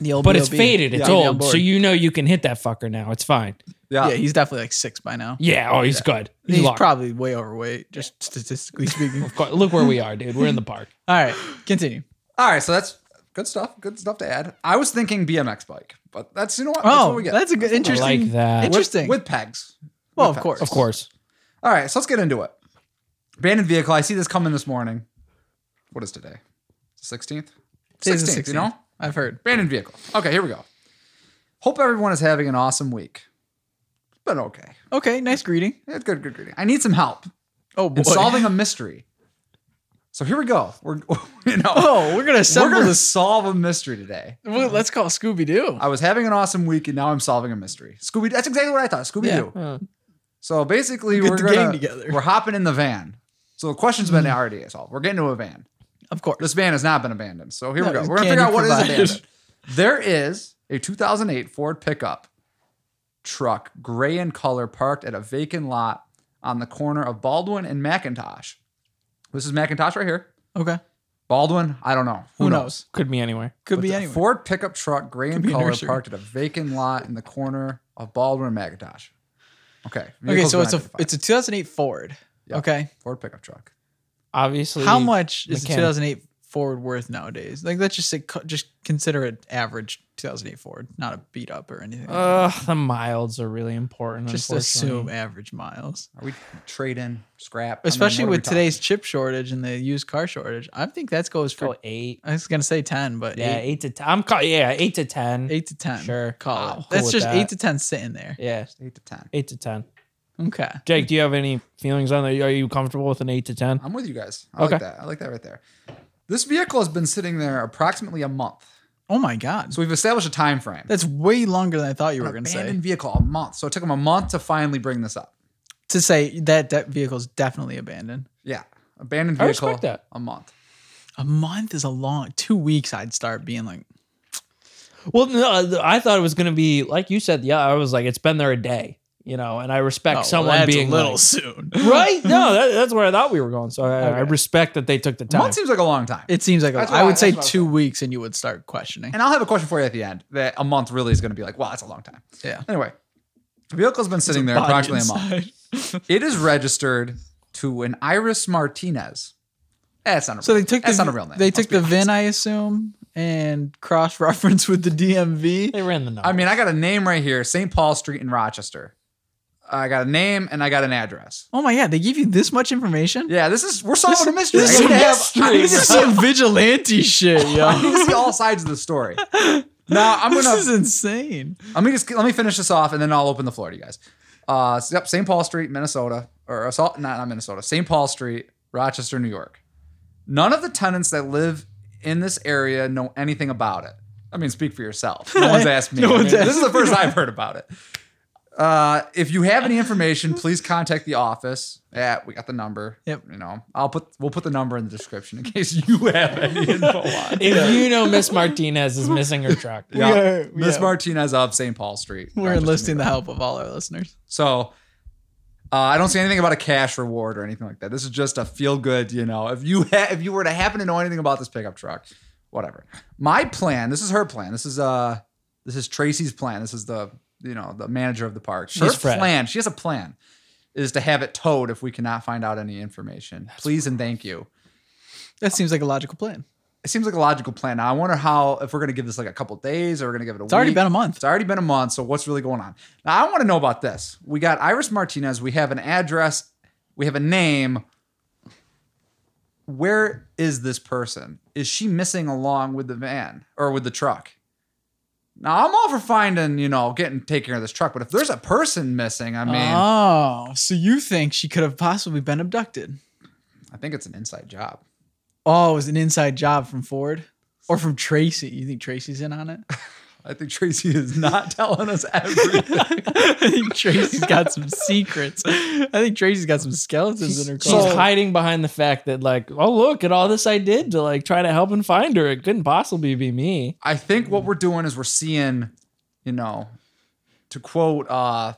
S2: The old
S1: but it's
S2: BLB.
S1: faded. It's
S2: Yeah, on
S1: old,
S2: board.
S1: so you know you can hit that fucker now. It's fine.
S3: yeah.
S2: Yeah, he's definitely like six by now.
S1: Yeah. Oh, he's good. He's,
S2: He's
S1: locked.
S2: probably way overweight, just statistically speaking.
S1: Of course. Look where we are, dude. We're in the park.
S2: All right, continue.
S3: All right. So that's good stuff. Good stuff to add. I was thinking BMX bike, but that's you know what. that's what
S2: Oh,
S3: we get.
S2: that's a good,
S1: I
S2: interesting.
S1: like that.
S2: Interesting.
S3: With, with pegs.
S2: Well,
S3: With
S2: of
S3: pegs.
S2: course,
S1: Of course.
S3: All right, so let's get into it. Abandoned vehicle. I see this coming this morning. What is today? Sixteenth.
S2: Today's the
S3: Sixteenth. You know,
S2: I've heard.
S3: abandoned vehicle. Okay, here we go. Hope everyone is having an awesome week. But okay,
S2: Okay, nice greeting.
S3: it's good, good greeting. I need some help
S2: Oh boy.
S3: in solving a mystery. So here we go. We're you know
S2: oh, we're gonna
S3: we're
S2: assemble
S3: gonna
S2: this.
S3: solve a mystery today.
S2: Well, Let's call Scooby Doo.
S3: I was having an awesome week and now I'm solving a mystery. Scooby. That's exactly what I thought. Scooby Doo.
S1: Uh,
S3: So basically,
S2: Get
S3: we're
S2: the gang
S3: gonna-
S2: together. Hmm.
S3: We're hopping in the van. So the question's been already solved. We're getting to a van.
S2: Of course.
S3: This band has not been abandoned. So here
S2: No,
S3: we go.
S2: it
S3: We're gonna
S2: can
S3: figure
S2: be
S3: out what is
S2: provided.
S3: abandoned. There is a 2008 Ford pickup truck, gray in color, parked at a vacant lot on the corner of Baldwin and McIntosh. This is McIntosh right here.
S2: Okay.
S3: Baldwin, I don't know. Who,
S2: Who
S3: knows?
S2: knows?
S1: Could be anywhere.
S2: Could
S3: But
S2: be
S3: the
S2: anywhere.
S3: Ford pickup truck, gray in
S2: be a
S3: color,
S2: nursery.
S3: parked at a vacant lot in the corner of Baldwin and McIntosh. Okay.
S2: Okay,
S3: vehicle's
S2: so
S3: been
S2: it's a
S3: identified.
S2: it's a 2008 Ford.
S3: Yeah.
S2: Okay.
S3: Ford pickup truck.
S1: Obviously,
S2: How much is a
S1: mechanic.
S2: 2008 Ford worth nowadays? Like let's just say co- just consider it average 2008 Ford, not a beat up or anything. like that.
S1: Uh, the milds are really important.
S2: just
S1: unfortunately.
S2: assume average miles.
S3: Are we trade in scrap? I mean,
S2: Especially
S3: what are we
S2: with
S3: talking?
S2: today's chip shortage and the used car shortage. I think that goes for
S1: Go eight.
S2: I was gonna say 10, but
S1: Yeah,
S2: yeah, eight,
S1: eight, to ten. I'm call- yeah, eight to
S3: Mm-hmm.
S1: ten.
S2: eight to 10.
S1: Sure.
S2: Call
S1: I'm
S2: it.
S1: cool
S2: That's
S1: with
S2: just
S1: that.
S2: eight to 10 sitting there.
S1: Yeah,
S3: eight to ten.
S1: eight to ten.
S2: Okay.
S1: Jake, do you have any feelings on that? Are you comfortable with an eight to ten?
S3: I'm with you guys. I
S1: Okay.
S3: like that. I like that right there. This vehicle has been sitting there approximately a month.
S2: Oh my God.
S3: So we've established a time frame.
S2: That's way longer than I thought you
S3: an
S2: were going to
S3: abandoned
S2: say.
S3: vehicle a month. So it took them a month to finally bring this up.
S2: To say that that vehicle's definitely abandoned.
S3: Yeah. Abandoned
S1: I
S3: vehicle
S1: respect that.
S3: a month.
S2: A month is a long. Two weeks, I'd start being like,
S1: Well, no, uh, th- I thought it was gonna be like you said. Yeah, I was like, it's been there a day, you know, and I
S2: oh,
S1: respect
S2: well,
S1: someone
S2: that's
S1: being
S2: a little
S1: like-
S2: soon.
S1: right. No, that, that's where I thought we were going. So I, I
S2: Okay.
S1: respect that they took the
S3: A
S1: time.
S3: month seems like a long time.
S2: It seems like a,
S3: That's
S2: I
S3: what I-
S2: would say
S3: that's what I was
S2: two weeks, and you would start questioning.
S3: and I'll have a question for you at the end that a month really is going to be like, wow, that's a long time.
S2: Yeah.
S3: Anyway, the vehicle's been sitting there
S2: Body
S3: approximately a month.
S2: inside.
S3: It is registered to an Iris Martinez. Eh, That's not a
S2: So
S3: real,
S2: they took
S3: that's
S2: the
S3: not a real name.
S2: they
S3: Let's
S2: took
S3: be
S2: the
S3: honest.
S2: VIN, I assume, and cross reference with the DMV.
S1: they ran the number.
S3: I mean, I got a name right here, St. Paul Street in Rochester. I got a name and I got an address.
S2: Oh my God! They give you this much information.
S3: Yeah, this is we're solving a mystery. I
S2: this is
S3: need to have-
S1: mystery.
S3: I need
S2: This
S3: to
S2: is
S3: see-
S2: some vigilante shit,
S3: I need
S2: yo.
S3: to see all sides of the story. Now I'm
S2: This
S3: gonna
S2: is insane.
S3: let me just let me finish this off and then I'll open the floor to you guys. Uh, so, yep, St. Paul Street, Minnesota, or uh, Salt, not, not Minnesota, St. Paul Street, Rochester, New York. None of the tenants that live in this area know anything about it. I mean, speak for yourself. No one's asked me.
S2: No
S3: I mean,
S2: one's
S3: this is
S2: asked
S3: the first I've heard about it. Uh, if you have any information, please contact the office. Yeah, we got the number.
S2: Yep.
S3: You know, I'll put we'll put the number in the description in case you have any info on. it.
S1: if you know Miss Martinez is missing her truck,
S3: Yeah.
S2: are- we
S3: Miss
S2: are-
S3: Martinez of St. Paul Street.
S2: We're
S3: Rochester, New
S2: enlisting
S3: York.
S2: the help of all our listeners.
S3: So uh, I don't see anything about a cash reward or anything like that. This is just a feel good, you know. If you ha- if you were to happen to know anything about this pickup truck, whatever. My plan. This is her plan. This is uh this is Tracy's plan. This is the you know the manager of the park.
S1: She's
S3: her
S1: Fred.
S3: plan. She has a plan. Is to have it towed if we cannot find out any information. Please and thank you.
S2: That seems like a logical plan.
S3: It seems like a logical plan. Now I wonder how if we're gonna give this like a couple days or we're gonna give it a
S2: It's already
S3: week.
S2: been a month.
S3: It's already been a month, so what's really going on? Now I want to know about this. We got Iris Martinez, we have an address, we have a name. Where is this person? Is she missing along with the van or with the truck? Now I'm all for finding, you know, getting taking care of this truck, but if there's a person missing, I mean,
S2: oh, so you think she could have possibly been abducted?
S3: I think it's an inside job.
S2: Oh, it was an inside job from Ford or from Tracy. You think Tracy's in on it?
S3: I think Tracy is not telling us everything.
S2: I think Tracy's got some secrets. I think Tracy's got some skeletons
S1: she's,
S2: in her
S1: she's
S2: closet.
S1: hiding behind the fact that like, oh look at all this I did to like try to help and find her. It couldn't possibly be me.
S3: I think what we're doing is we're seeing, you know, to quote uh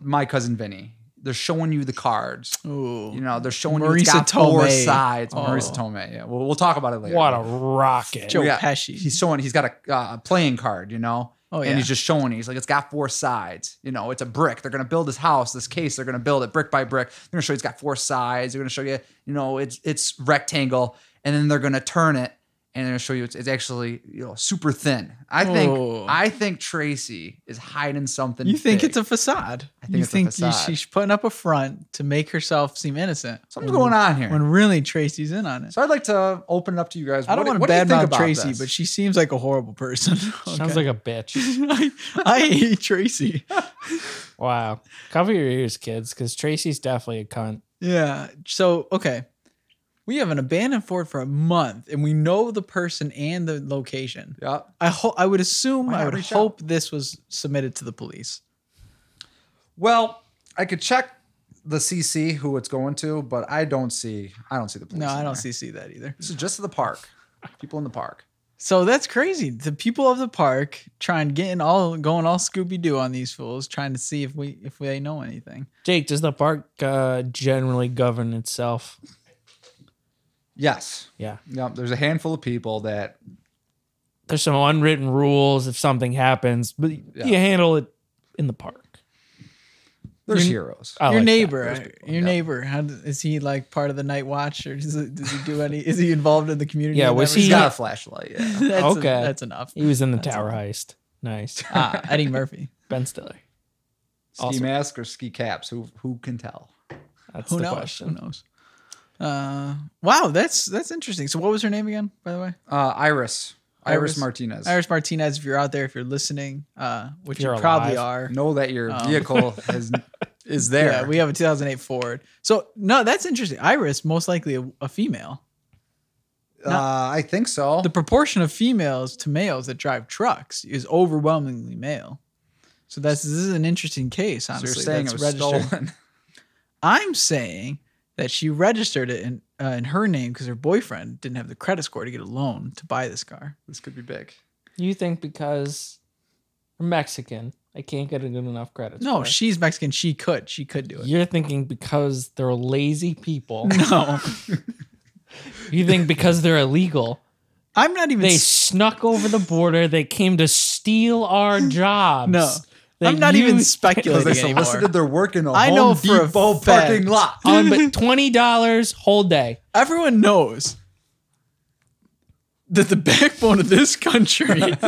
S3: my cousin Vinny, they're showing you the cards.
S2: Ooh.
S3: You know, they're showing you it's
S2: Marisa
S3: got four
S2: Tomei.
S3: sides.
S2: Oh.
S3: Marisa Tomei. Yeah, we'll, we'll talk about it later.
S1: What a rocket!
S2: Joe
S3: Yeah.
S2: Pesci.
S3: He's showing. He's got a uh, playing card. You know.
S2: Oh, yeah.
S3: And he's just showing. it. He's like, it's got four sides. You know, it's a brick. They're gonna build his house. This case. They're gonna build it brick by brick. They're gonna show you it's got four sides. They're gonna show you. You know, it's it's rectangle, and then they're gonna turn it, and they're gonna show you it's, it's actually you know super thin. I
S2: Oh.
S3: think I think Tracy is hiding something.
S2: you think
S3: big.
S2: it's a facade.
S3: think
S2: you
S3: it's a
S2: think you-
S3: facade.
S2: she's putting up a front to make herself seem innocent
S3: something's going on here.
S2: when really Tracy's in on it.
S3: so I'd like to open it up to you guys.
S2: I don't
S3: What-
S2: want
S3: what
S2: to
S3: do you think
S2: badmouth
S3: about
S2: Tracy,
S3: this?
S2: but she seems like a horrible person.
S1: Sounds like a bitch.
S2: I, I hate Tracy.
S1: Wow. Cover your ears, kids, because Tracy's definitely a cunt.
S2: Yeah. So okay, we have an abandoned Ford for a month, and we know the person and the location.
S3: yeah.
S2: I hope. I would assume.
S3: Why
S2: I
S3: not
S2: would
S3: reach
S2: hope this was submitted to the police.
S3: Well, I could check the CC who it's going to, but I don't see I don't see the police.
S2: No,
S3: in
S2: I don't
S3: there.
S2: CC that either.
S3: This is just the park. People in the park.
S2: So that's crazy. The people of the park trying getting all going all Scooby Doo on these fools, trying to see if we if they know anything.
S1: Jake, does the park uh, generally govern itself?
S3: Yes.
S1: Yeah.
S3: Yep. There's a handful of people that
S1: There's some unwritten rules if something happens, but you handle it in the park.
S3: there's
S1: You're-
S3: heroes.
S1: I
S2: your
S1: like that.
S2: neighbor,
S3: Those people,
S2: your
S3: yeah.
S2: neighbor, how does, is he like part of the night watch or does, it- does he do any? is he involved in the community?
S1: Yeah,
S2: in
S1: was
S2: that
S3: He's
S1: he-
S3: got
S2: regard?
S3: a flashlight. Yeah.
S2: that's
S1: Okay.
S2: that's enough.
S1: He was in the tower heist. Nice.
S2: Ah, Eddie Murphy.
S1: Ben Stiller.
S3: ski
S1: Awesome.
S3: mask or ski caps? Who who can tell?
S1: That's
S2: Who
S1: the
S2: knows?
S1: question.
S2: Who knows? Uh, wow, that's that's interesting. So, what was her name again, by the way?
S3: Uh, Iris. Iris.
S2: Iris-
S3: Martinez.
S2: Iris Martinez. If you're out there, if you're listening, uh, which
S1: If you're
S2: you probably
S1: alive.
S2: are,
S3: Know that your
S2: Um.
S3: vehicle has, is there.
S2: Yeah, we have a 2008 Ford. So no, that's interesting. Iris, most likely a, a female.
S3: uh, I think so.
S2: The proportion of females to males that drive trucks is overwhelmingly male. So that's this is an interesting case.
S3: so
S2: Honestly,
S3: you're saying it
S2: that's
S3: was
S2: registered.
S3: stolen.
S2: I'm saying that she registered it in uh, in her name because her boyfriend didn't have the credit score to get a loan to buy this car.
S3: this could be big.
S1: You think because we're Mexican, I can't get a good enough credit.
S2: No,
S1: score.
S2: she's Mexican. She could. She could do it.
S1: You're thinking because they're lazy people.
S2: No,
S1: you think because they're illegal.
S2: I'm not even.
S1: They
S2: s-
S1: snuck over the border. They came to steal our jobs.
S2: No.
S1: They
S2: I'm not even
S1: used-
S3: Because they
S2: speculating anymore.
S3: solicited their work in a
S2: I
S3: Home
S2: know for a
S3: Depot
S2: fact-
S3: parking lot.
S1: on but twenty dollars whole day.
S2: everyone knows that the backbone of this country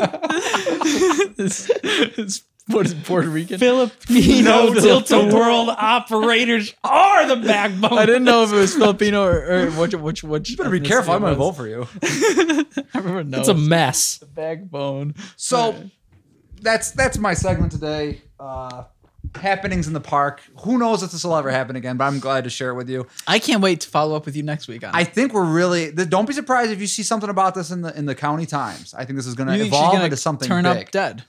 S2: is, is what is it, Puerto Rican?
S1: Filipino
S2: No,
S1: Delta World operators are the backbone.
S2: I didn't know if it was Filipino or, or which which which.
S3: You better be careful. I'm going to vote for you.
S2: Everyone
S1: It's
S2: knows
S1: a mess.
S2: backbone.
S3: So that's that's my segment today. Uh, happenings in the park. Who knows if this will ever happen again? But I'm glad to share it with you.
S2: I can't wait to follow up with you next week on.
S3: I
S2: it.
S3: think we're really. th- Don't be surprised if you see something about this in the in the county times. I think this is going
S2: You
S3: to
S2: think she's
S3: evolve
S2: gonna
S3: into something
S2: turn
S3: big.
S2: up dead.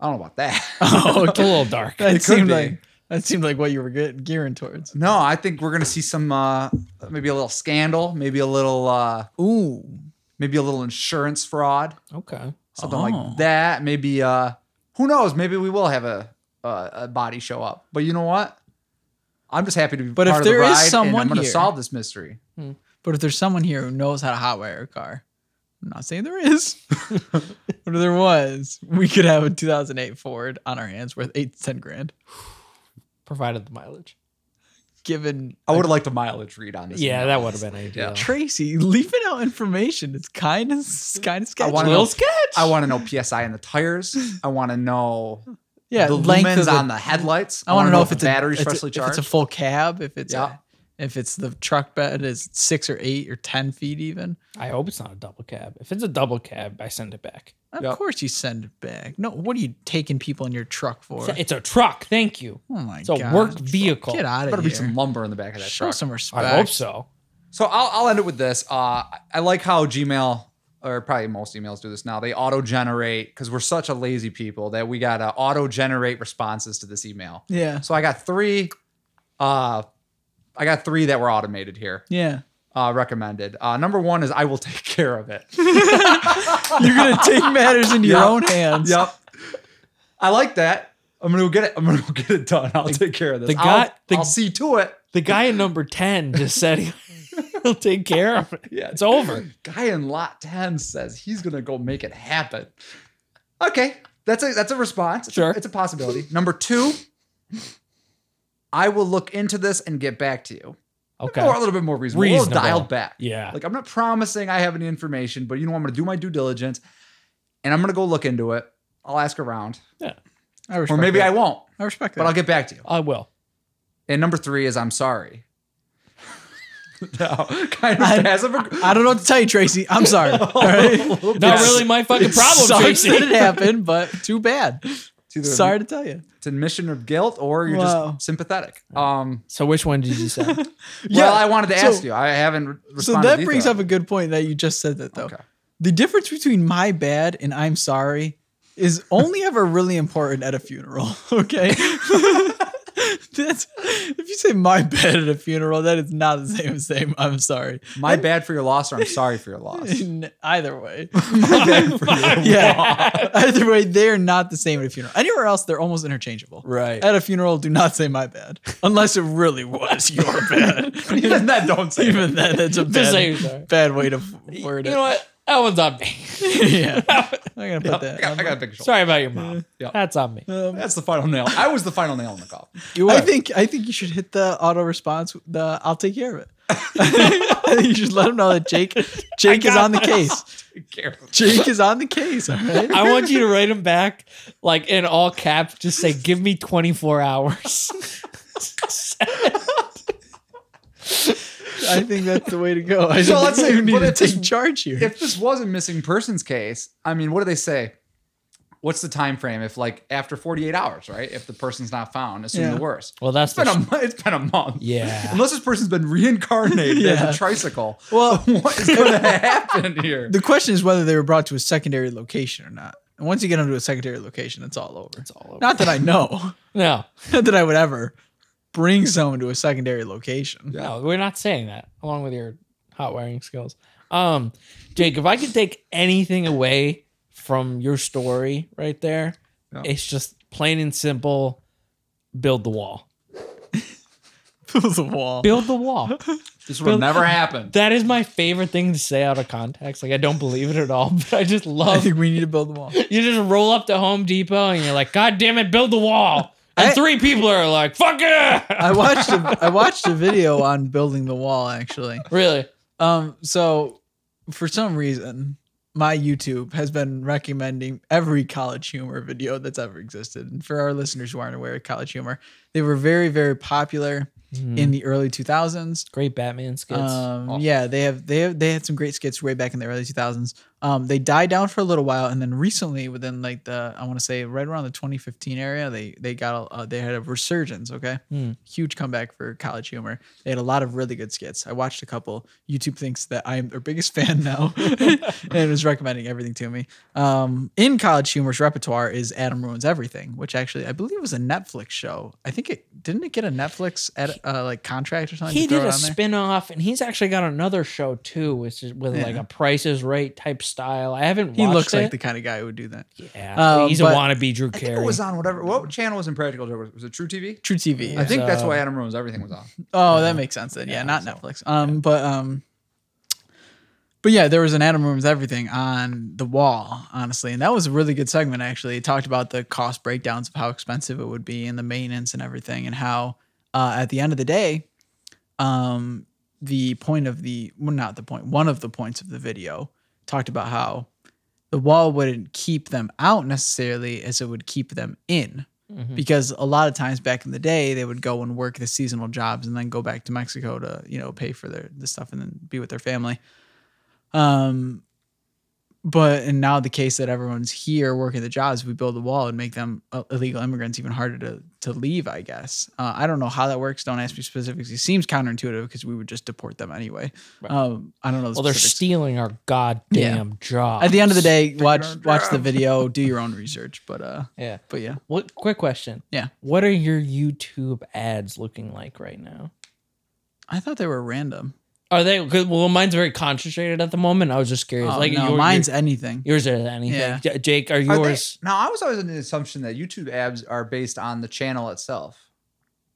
S3: I don't know about that.
S2: Oh,
S1: It's a little dark.
S2: That
S3: It could
S2: seemed
S3: be.
S2: like that seemed like what you were ge- gearing towards.
S3: no, I think we're going to see some uh, maybe a little scandal, maybe a little uh,
S2: Ooh,
S3: maybe a little insurance fraud,
S1: Okay.
S3: something
S2: Oh.
S3: like that. Maybe uh, who knows? Maybe we will have a, a a body show up. But you know what? I'm just happy to be
S2: But
S3: part
S2: if
S3: of the
S2: there is
S3: ride, and
S2: someone
S3: I'm gonna
S2: here-
S3: solve this mystery.
S2: But if there's someone here who knows how to hotwire a car, I'm not saying there is, but if there was, we could have a 2008 Ford on our hands worth eight to ten grand.
S1: Provided the mileage.
S2: Given
S3: I would have liked a mileage read on this.
S1: Yeah,
S3: one.
S1: that would have been ideal.
S3: Yeah.
S2: Tracy leaving out information, it's kind of kind of sketchy.
S3: wanna
S1: Little
S3: know-
S1: sketch.
S3: I want to know psi in the tires. I want to know
S2: yeah,
S3: the
S2: length of
S3: lumens
S2: the-
S3: on the headlights.
S2: I want to know if
S3: the
S2: it's
S3: battery's
S2: a, it's a-
S3: freshly
S2: if
S3: charged.
S2: It's a full cab. If it's
S3: Yeah.
S2: a, if it's the truck bed is six or eight or ten feet even.
S1: I hope it's not a double cab. If it's a double cab, I send it back.
S2: Of
S3: Yep.
S2: course you send it back. No, what are you taking people in your truck for?
S1: It's a truck. Thank you.
S2: oh my
S1: It's a
S2: God.
S1: work vehicle.
S2: Get out
S3: Better
S2: of
S3: be
S2: here.
S3: some lumber in the back of that
S2: Show
S3: truck.
S2: some respect.
S1: I hope so.
S3: So I'll, I'll end it with this. Uh, I like how Gmail or probably most emails do this now. They auto generate because we're such a lazy people that we gotta auto generate responses to this email.
S2: Yeah.
S3: So I got three. Uh, I got three that were automated here.
S2: Yeah.
S3: Uh, recommended. Uh, number one is I will take care of it.
S2: You're gonna take matters into your
S3: Yeah.
S2: own hands.
S3: yep. I like that. I'm gonna go get it. I'm gonna go get it done. I'll take care of this.
S1: the
S3: I'll-
S1: guy- the-
S3: I'll see to it.
S1: The guy in number 10 just said he- he'll take care of it.
S3: Yeah,
S1: It's over.
S3: Guy in lot 10 says he's gonna go make it happen. Okay, that's a that's a response. It's a-
S1: Sure.
S3: it's a possibility. Number two, I will look into this and get back to you. Or a
S1: Okay.
S3: little bit more reasonable, a little
S1: Reasonable.
S3: dialed back.
S1: Yeah.
S3: Like I'm not promising I have any information, but you know I'm gonna do my due diligence, and I'm gonna go look into it. I'll ask around,
S2: I respect
S3: or maybe I
S2: that.
S3: won't,
S2: I respect that.
S3: but I'll get back to you.
S1: I will.
S3: And number three is I'm sorry. no, kind of
S2: I-
S3: passive. ag-
S2: I don't know what to tell you, Tracy. I'm sorry.
S3: Oh,
S2: All right.
S1: Not
S2: Yes.
S1: really my fucking
S2: It
S1: problem,
S2: sucks
S1: Tracy.
S2: that it happened, but too bad.
S3: It's either
S2: Sorry to tell you.
S3: it's admission of guilt or you're
S2: Wow.
S3: just sympathetic. Um,
S1: So which one did you send?
S2: Yeah,
S3: well, I wanted to
S2: so-
S3: ask you. I haven't re- responded.
S2: So that brings up
S3: either.
S2: a good point that you just said that though.
S3: Okay.
S2: The difference between my bad and I'm sorry is only ever really important at a funeral. Okay. That's, if you say my bad at a funeral, that is not the same as saying I'm sorry.
S3: My bad for your loss, or I'm sorry for your loss.
S2: In either way.
S3: My bad for your
S2: yeah. either way, they are not the same at a funeral. Anywhere else, they're almost interchangeable.
S1: Right.
S2: At a funeral, do not say my bad. Unless it really was your bad.
S3: Even that, don't say it.
S2: Even that, that's a
S1: Just say
S2: bad,
S1: you're sorry.
S2: bad way to f-
S1: You
S2: word it.
S1: know what? That one's on me.
S2: yeah. I'm going to
S3: I
S2: put
S3: got,
S2: that.
S3: I got a big shoulder.
S1: Sorry about your mom.
S3: Yeah.
S1: That's on me.
S2: Um,
S3: That's the final nail. I was the final nail in the coffin.
S2: I think I think you should hit the auto response. The I'll take care of it. I think you should let them know that Jake Jake is
S1: got
S2: on the case.
S3: Take care.
S2: Jake is on the case. All right.
S1: I want you to write him back, like in all caps. Just say, "Give me 24 hours."
S2: I think that's the way to go. I so
S3: let's
S2: let's
S3: say-
S2: say you need
S3: what
S2: to
S3: if this-
S2: take charge here.
S3: If this was a missing persons case, I mean, what do they say? What's the time frame? If like after 48 hours, right? If the person's not found, assume
S2: Yeah.
S3: the worst.
S1: well, that's
S3: It's been a
S1: the
S3: mo- it's been a month.
S1: Yeah.
S3: Unless this person's been reincarnated
S2: Yeah.
S3: as a tricycle,
S2: well,
S3: what is going to happen here?
S2: the question is whether they were brought to a secondary location or not. And once you get them to a secondary location, it's all over. It's
S1: all over.
S2: Not that I know.
S1: no,
S2: not that I would ever bring someone to a secondary location.
S1: no, we're not saying that. Along with your hot wiring skills, um, Jake, if I could take anything away from your story right there,
S3: No.
S1: it's just plain and simple: build the wall.
S2: Build the wall.
S1: Build the wall.
S3: This will never happen.
S1: That is my favorite thing to say out of context. Like I don't believe it at all, but I just
S2: I
S1: love
S2: think we need to build the wall.
S1: you just roll up to Home Depot and you're like, God damn it, build the wall. And
S2: I-
S1: three people are like, fuck it.
S2: I watched a, I watched a video on building the wall actually.
S1: Really?
S2: Um, so for some reason, my YouTube has been recommending every college humor video that's ever existed. And for our listeners who aren't aware of college humor, they were very, very popular in the early 2000s.
S1: Mm-hmm. Great Batman skits.
S2: Um,
S3: Oh.
S2: Yeah, they have they have they had some great skits way back in the early 2000s. Um, they died down for a little while, and then recently, within like the I want to say right around the 2015 area, they they got a, uh, they had a resurgence. Okay,
S1: Hmm.
S2: huge comeback for college humor. They had a lot of really good skits. I watched a couple. YouTube thinks that I am their biggest fan now, and is recommending everything to me. Um, in college humor's repertoire is Adam ruins everything, which actually I believe was a Netflix show. I think it didn't it get a Netflix at uh, like contract or something.
S1: he
S2: to throw
S1: did
S2: it
S1: a
S2: on there?
S1: spin-off and he's actually got another show too, which is with like
S2: Yeah.
S1: a Price is Right type style. I haven't watched
S2: He looks
S1: it.
S2: like the kind of guy who would do that.
S1: yeah.
S2: Um,
S1: he's a
S2: but-
S1: wannabe Drew
S3: I think
S1: Carey.
S3: it was on whatever. What channel was Impractical Jokers? Was it True TV?
S2: True TV.
S3: I think that's
S1: So-
S3: why Adam Ruins Everything was on.
S2: Oh, that makes sense then. Yeah, not Netflix. Um, but um, but yeah, there was an Adam Ruins Everything on the wall, honestly, and that was a really good segment. Actually, it talked about the cost breakdowns of how expensive it would be and the maintenance and everything, and how uh, at the end of the day, um, the point of the well, not the point, one of the points of the video talked about how the wall wouldn't keep them out necessarily as it would keep them in
S1: Mhm.
S2: because a lot of times back in the day they would go and work the seasonal jobs and then go back to Mexico to you know pay for their the stuff and then be with their family. Um, but and now the case that everyone's here working the jobs, we build a wall and make them uh, illegal immigrants even harder to to leave. I guess uh, I don't know how that works. Don't ask me specifics. It seems counterintuitive because we would just deport them anyway.
S1: Right.
S2: Um, I don't know. The
S1: well, they're
S2: specifics.
S1: stealing our goddamn job.
S2: At the end of the day, watch
S3: our
S2: watch the
S3: jobs.
S2: video, do your own research. But uh,
S1: Yeah.
S2: but yeah.
S1: What quick question.
S2: Yeah.
S1: What are your YouTube ads looking like right now?
S2: I thought they were random.
S1: Are they good? Well, mine's very concentrated at the moment. I was just curious.
S2: Oh,
S1: like
S2: no,
S1: your-
S2: mine's
S1: your-
S2: anything.
S1: yours are anything.
S2: Yeah.
S1: J- Jake, are
S3: Are they-
S1: yours?
S3: now, I was always under the assumption that YouTube ads are based on the channel itself.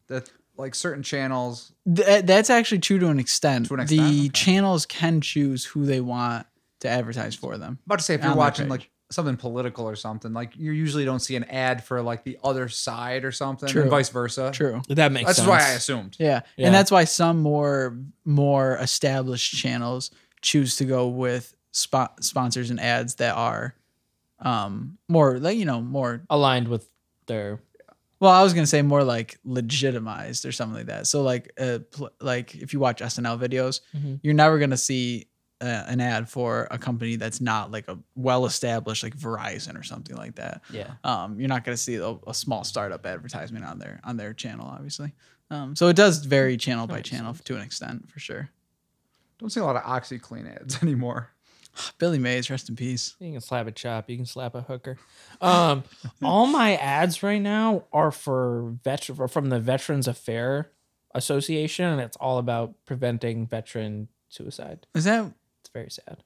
S3: That like certain channels.
S2: Th- that's actually true to an extent.
S3: To an
S2: the
S3: extent, okay.
S2: channels can choose who they want to advertise for them.
S3: I'm about to say if you're
S2: On their
S3: watching
S2: page.
S3: like something political or something, like you usually don't see an ad for like the other side or something,
S2: True.
S3: and vice versa.
S2: True.
S1: that makes
S3: That's
S1: sense.
S3: why I assumed.
S2: Yeah.
S1: Yeah.
S2: and that's why some more more established channels choose to go with spot sponsors and ads that are um more like you know more
S1: aligned with their
S2: well i was going to say more like legitimized or something like that so like uh pl- like if you watch snl videos
S1: Mhm.
S2: you're never going to see uh, an ad for a company that's not like a well established like verizon or something like that
S1: yeah.
S2: um, you're not going to see a, a small startup advertisement on their on their channel, obviously. Um, so it does vary channel by
S1: Mm, makes
S2: channel to an extent, for sure.
S3: Don't see a lot of OxyClean ads anymore.
S2: Billy Mays, rest in peace.
S1: You can slap a chop. You can slap a hooker. Um, all my ads right now are for veteran from the Veterans Affair Association, and it's all about preventing veteran suicide.
S2: Is that
S1: It's very sad.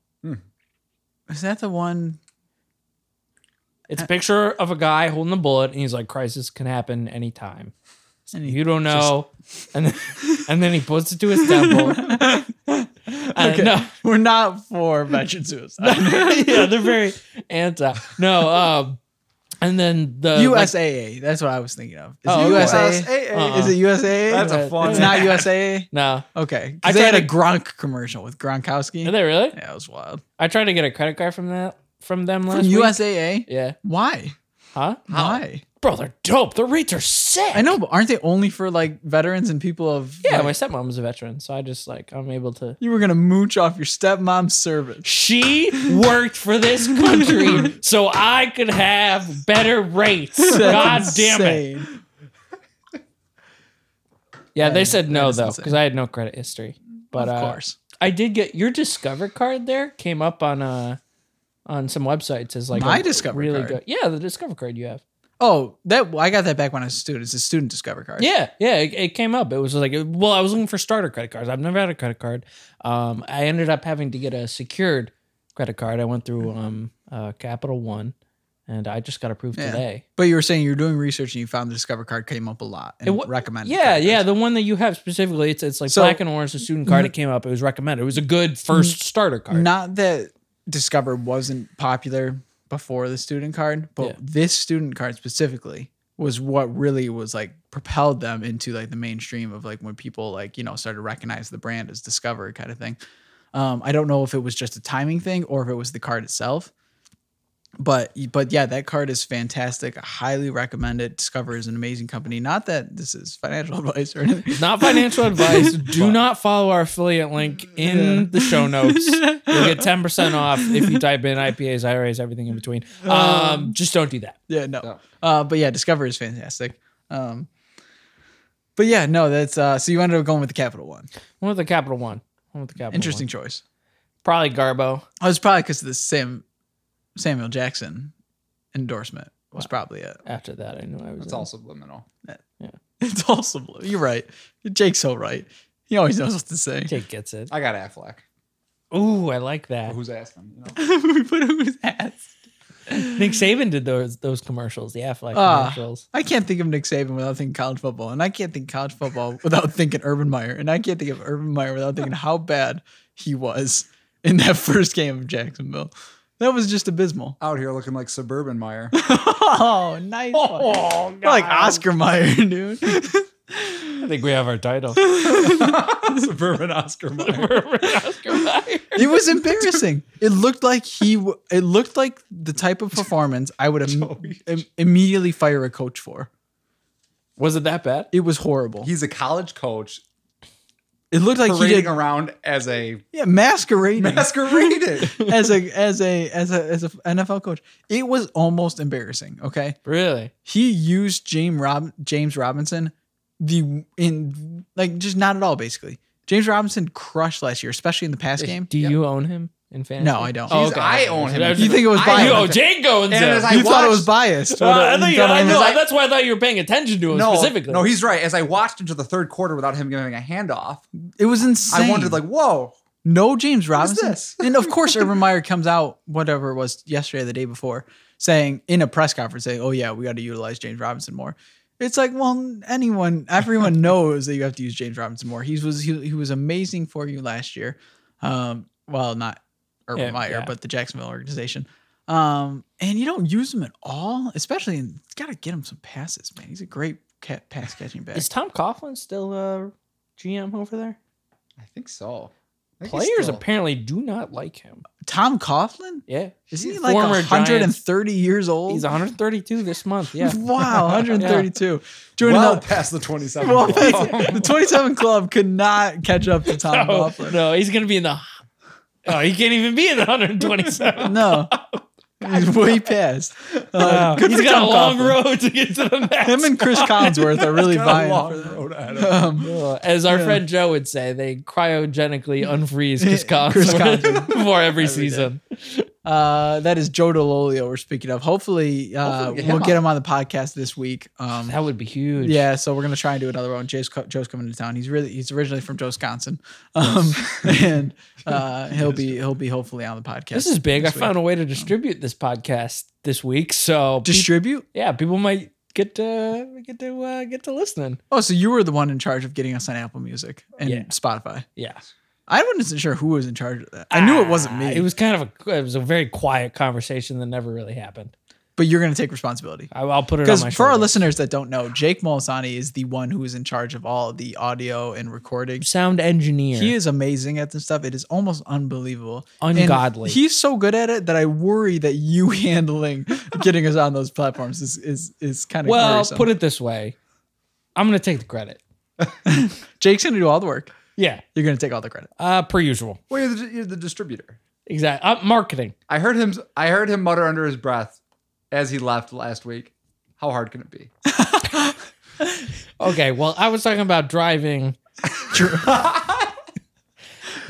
S2: is that the one?
S1: It's a picture of a guy holding a bullet, and he's like, "Crisis can happen anytime.
S2: And he-
S1: You don't know." And then, and then he puts it to his temple. And
S2: Okay,
S1: uh, no.
S2: We're not for veteran suicide.
S1: yeah, they're very anti. No, um, and then the Uh, like,
S2: USAA. That's what I was thinking of. Is
S1: Oh,
S2: it
S1: okay.
S2: USAA?
S1: Uh-uh.
S2: Is it USAA?
S3: That's a
S1: That's-
S3: fun.
S2: it's not USAA.
S1: no.
S2: Okay.
S1: I
S2: I they had
S1: tried to-
S2: a Gronk commercial with Gronkowski.
S1: Are they really?
S2: yeah, it was wild.
S1: I tried to get a credit card from that from them last
S2: From
S1: week.
S2: USAA?
S1: Yeah.
S2: Why?
S1: Huh?
S2: Why?
S1: Bro, they're dope. The rates are sick.
S2: I know, but aren't they only for like veterans and people of?
S1: Yeah,
S2: like-
S1: my stepmom was a veteran, so I just like I'm able to.
S2: you were gonna mooch off your stepmom's service.
S1: She worked for this country, so I could have better rates. God
S2: That's
S1: damn it!
S2: insane.
S1: Yeah, they
S2: is-
S1: said
S2: that
S1: no
S2: is
S1: though
S2: insane.
S1: because I had no credit history. But
S2: of
S1: uh,
S2: course,
S1: I did get your Discover card. There came up on uh on some websites as like
S2: My
S1: a
S2: Discover card?
S1: Yeah, the Discover card you have.
S2: Oh, that well, I got that back when I was a student. It's a student discover card.
S1: Yeah, yeah, it, it came up. It was like, well, I was looking for starter credit cards. I've never had a credit card. Um, I ended up having to get a secured credit card. I went
S2: Mm-hmm.
S1: through um, uh, Capital One, and I just got approved
S2: Yeah.
S1: today.
S2: But you were saying you were doing research and you found the discover card came up a lot and
S1: It wa-
S2: recommended.
S1: Yeah,
S2: credit
S1: yeah,
S2: cards.
S1: the one that you have specifically, it's it's like
S2: So-
S1: black and orange, the student card. It came up. It was recommended. It was a good first starter card.
S2: Not that discover wasn't popular before the student card, but
S1: Yeah.
S2: this student card specifically was what really was like propelled them into like the mainstream of like when people like you know started to recognize the brand as discover kind of thing. Um, I don't know if it was just a timing thing or if it was the card itself. but but yeah, that card is fantastic. I highly recommend it. Discover is an amazing company. Not that this is financial advice or anything.
S1: Not financial advice. Do not follow our affiliate link in
S2: Yeah.
S1: the show notes. You'll get 10% off if you type in IPAs, IRAs, everything in between. Um, just don't do that.
S2: Yeah, no.
S3: No.
S2: Uh, but yeah, Discover is fantastic. Um, but yeah, no, that's uh, so you ended up going with the Capital One.
S1: One with the Capital One. One with the Capital
S2: Interesting
S1: One.
S2: choice.
S1: Probably Garbo.
S2: Oh, it's probably because of the Sam Samuel Jackson endorsement was probably it.
S1: After that, I knew I was.
S3: That's
S1: in.
S3: all subliminal.
S2: It's all subliminal. You're right. Jake's so right. He always knows what to say.
S1: Jake gets it.
S3: I got Affleck.
S1: Ooh, I like that.
S3: Who's asking? You know?
S2: we put him in his ass.
S1: Nick Saban did those those commercials, the Affleck
S2: Ah.
S1: commercials.
S2: I can't think of Nick Saban without thinking college football, and I can't think college football without thinking Urban Meyer, and I can't think of Urban Meyer without thinking how bad he was in that first game of Jacksonville. That was just abysmal.
S3: Out here looking like suburban Meyer.
S2: oh, nice! one.
S1: Oh,
S2: Like Oscar Meyer, dude.
S1: I think we have our title.
S3: suburban Oscar Meyer.
S1: Oscar Mayer.
S2: It was embarrassing. It looked like he. W- it looked like the type of performance I would im-
S3: Joey.
S2: im- immediately fire a coach for.
S1: Was it that bad?
S2: It was horrible.
S3: He's a college coach
S2: It looked like he
S3: parading
S2: did.
S3: around as a
S2: Yeah, masquerading.
S3: masqueraded.
S2: as a as a as a as a NFL coach. It was almost embarrassing. Okay,
S1: Really?
S2: he used James Rob James Robinson the in like just not at all. Basically, James Robinson crushed last year, especially in the pass game.
S1: Do you own him in fantasy?
S2: No, I don't.
S1: Oh,
S3: Jeez,
S1: okay.
S3: I own him.
S1: You
S2: You think it was
S3: I-
S2: biased?
S1: You
S3: Oh,
S1: owe Jake owns
S3: And
S1: him.
S3: as I
S2: you thought it was
S3: watched-
S2: biased.
S1: Uh, I think-
S2: Ah, thought
S1: I
S2: it
S1: know.
S2: was-
S1: that's why I thought you were paying attention to him
S3: No,
S1: specifically.
S3: no, he's right. As I watched into the third quarter without him giving a handoff,
S2: It was insane.
S3: I wondered, like, whoa,
S2: no James Robinson.
S3: this?
S2: and of course, Urban Meyer comes out, whatever it was yesterday or the day before, saying in a press conference, saying, Oh, yeah, we got to utilize James Robinson more. It's like, well, anyone, everyone knows that you have to use James Robinson more. He was he, he was amazing for you last year. Um, well, not Urban
S1: Yeah,
S2: Meyer,
S1: yeah.
S2: but the Jacksonville organization. Um, and you don't use him at all, especially in got to get him some passes, man. He's a great cat, pass catching back.
S1: Is Tom Coughlin still uh, GM over there?
S3: I think so. I think he's
S1: Players
S3: still-
S1: apparently do not like him.
S2: Tom Coughlin?
S1: Yeah.
S2: Isn't he
S1: He's
S2: like
S1: former
S2: 130 years old?
S1: He's 132 this month. Yeah.
S2: Wow, 132. Joining
S3: well
S2: up.
S3: past the 27.
S2: Well,
S3: club.
S2: the 27 Club could not catch up to Tom
S1: No,
S2: Coughlin.
S1: no, he's gonna be in the. Oh, he can't even be in the 127.
S2: No. He's way past. Uh,
S1: Wow.
S2: Good
S1: He's
S2: for
S1: got
S2: Tom
S1: a long
S2: Coughlin.
S1: road to get to the next.
S2: Him and Chris Collinsworth are really
S3: Got a
S2: vying
S3: long
S2: for that.
S3: road
S2: Um,
S1: Uh, As our friend Joe would say, they cryogenically unfreeze Chris
S2: Chris
S1: Collinsworth
S2: Collinsworth.
S1: before every
S2: day.
S1: season.
S2: uh, that is Joe DeLolio we're speaking of. Hopefully, uh,
S3: Hopefully we get
S2: we'll
S3: him
S2: get
S3: on.
S2: him on the podcast this week. Um,
S1: That would be huge.
S2: Yeah, so we're gonna try and do another one. Jay's, co- Joe's coming to town. He's really he's originally from Joe, Wisconsin, um, and uh, he'll be he'll be hopefully on the podcast.
S1: This is big. I
S2: week.
S1: found a way to distribute this podcast this week. So peop-
S2: distribute.
S1: yeah, people might get to get to uh, get to listening.
S2: Oh, so you were the one in charge of getting us on Apple Music and
S1: Yeah.
S2: Spotify.
S1: Yeah.
S2: I wasn't sure who was in charge of that. I knew it wasn't
S1: Ah,
S2: me.
S1: It was kind of a it was a very quiet conversation that never really happened.
S2: but you're gonna take responsibility.
S1: I, I'll put it on
S2: Because
S1: my
S2: for our
S1: shoulders.
S2: listeners that don't know, Jake Molisani is the one who is in charge of all the audio and recording.
S1: sound engineer.
S2: He is amazing at this stuff. It is almost unbelievable. And
S1: ungodly.
S2: he's so good at it that I worry that you handling getting us on those platforms is is, is kind of
S1: well,
S2: Worrisome.
S1: put it this way, I'm gonna take the credit.
S2: Jake's gonna do all the work.
S1: Yeah,
S2: You're gonna take all the credit.
S1: uh, per usual.
S3: Well, you're the, you're the distributor.
S1: Exactly. Uh, marketing.
S3: I heard him. I heard him mutter under his breath as he left last week. How hard can it be?
S1: Okay. Well, I was talking about driving,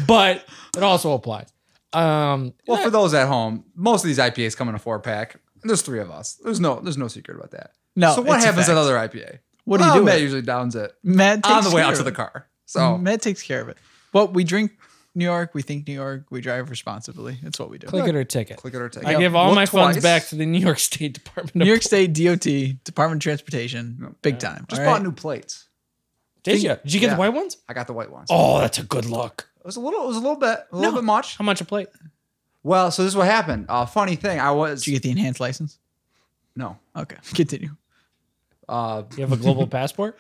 S1: but it also applies. Um,
S3: Well, for those at home, most of these IPAs come in a four pack. There's three of us. There's no. There's no secret about that.
S2: No.
S3: so what
S2: it's a
S3: happens at
S2: fact.
S3: other IPA?
S2: What do you
S3: Well,
S2: do? with
S3: Matt
S2: it?
S3: usually downs it
S2: Matt
S3: on
S2: takes
S3: the way out
S2: care
S3: to
S2: of
S3: the
S2: it. Mm-hmm.
S3: car. So
S2: Matt Mm, takes care of it. Well, we drink New York. We think New York. We drive responsibly. That's what we do.
S1: click it or ticket.
S3: click it or take.
S1: I
S3: it.
S1: give all
S3: Look
S1: my
S3: twice.
S1: funds back to the New York State Department.
S2: New
S1: of
S2: York State DOT Department of Transportation, big time.
S3: Just
S2: all
S3: bought
S2: right?
S3: new plates.
S1: Did you? Did you get
S3: Yeah.
S1: the white ones?
S3: I got the white ones.
S1: Oh, that's a good look.
S3: It was a little. It was a little bit. A little
S1: No.
S3: bit much.
S1: How much a plate?
S3: Well, so this is what happened. Uh, funny thing. I was
S2: Did you get the enhanced license?
S3: no.
S2: Okay, continue.
S3: Uh,
S1: You have a global passport?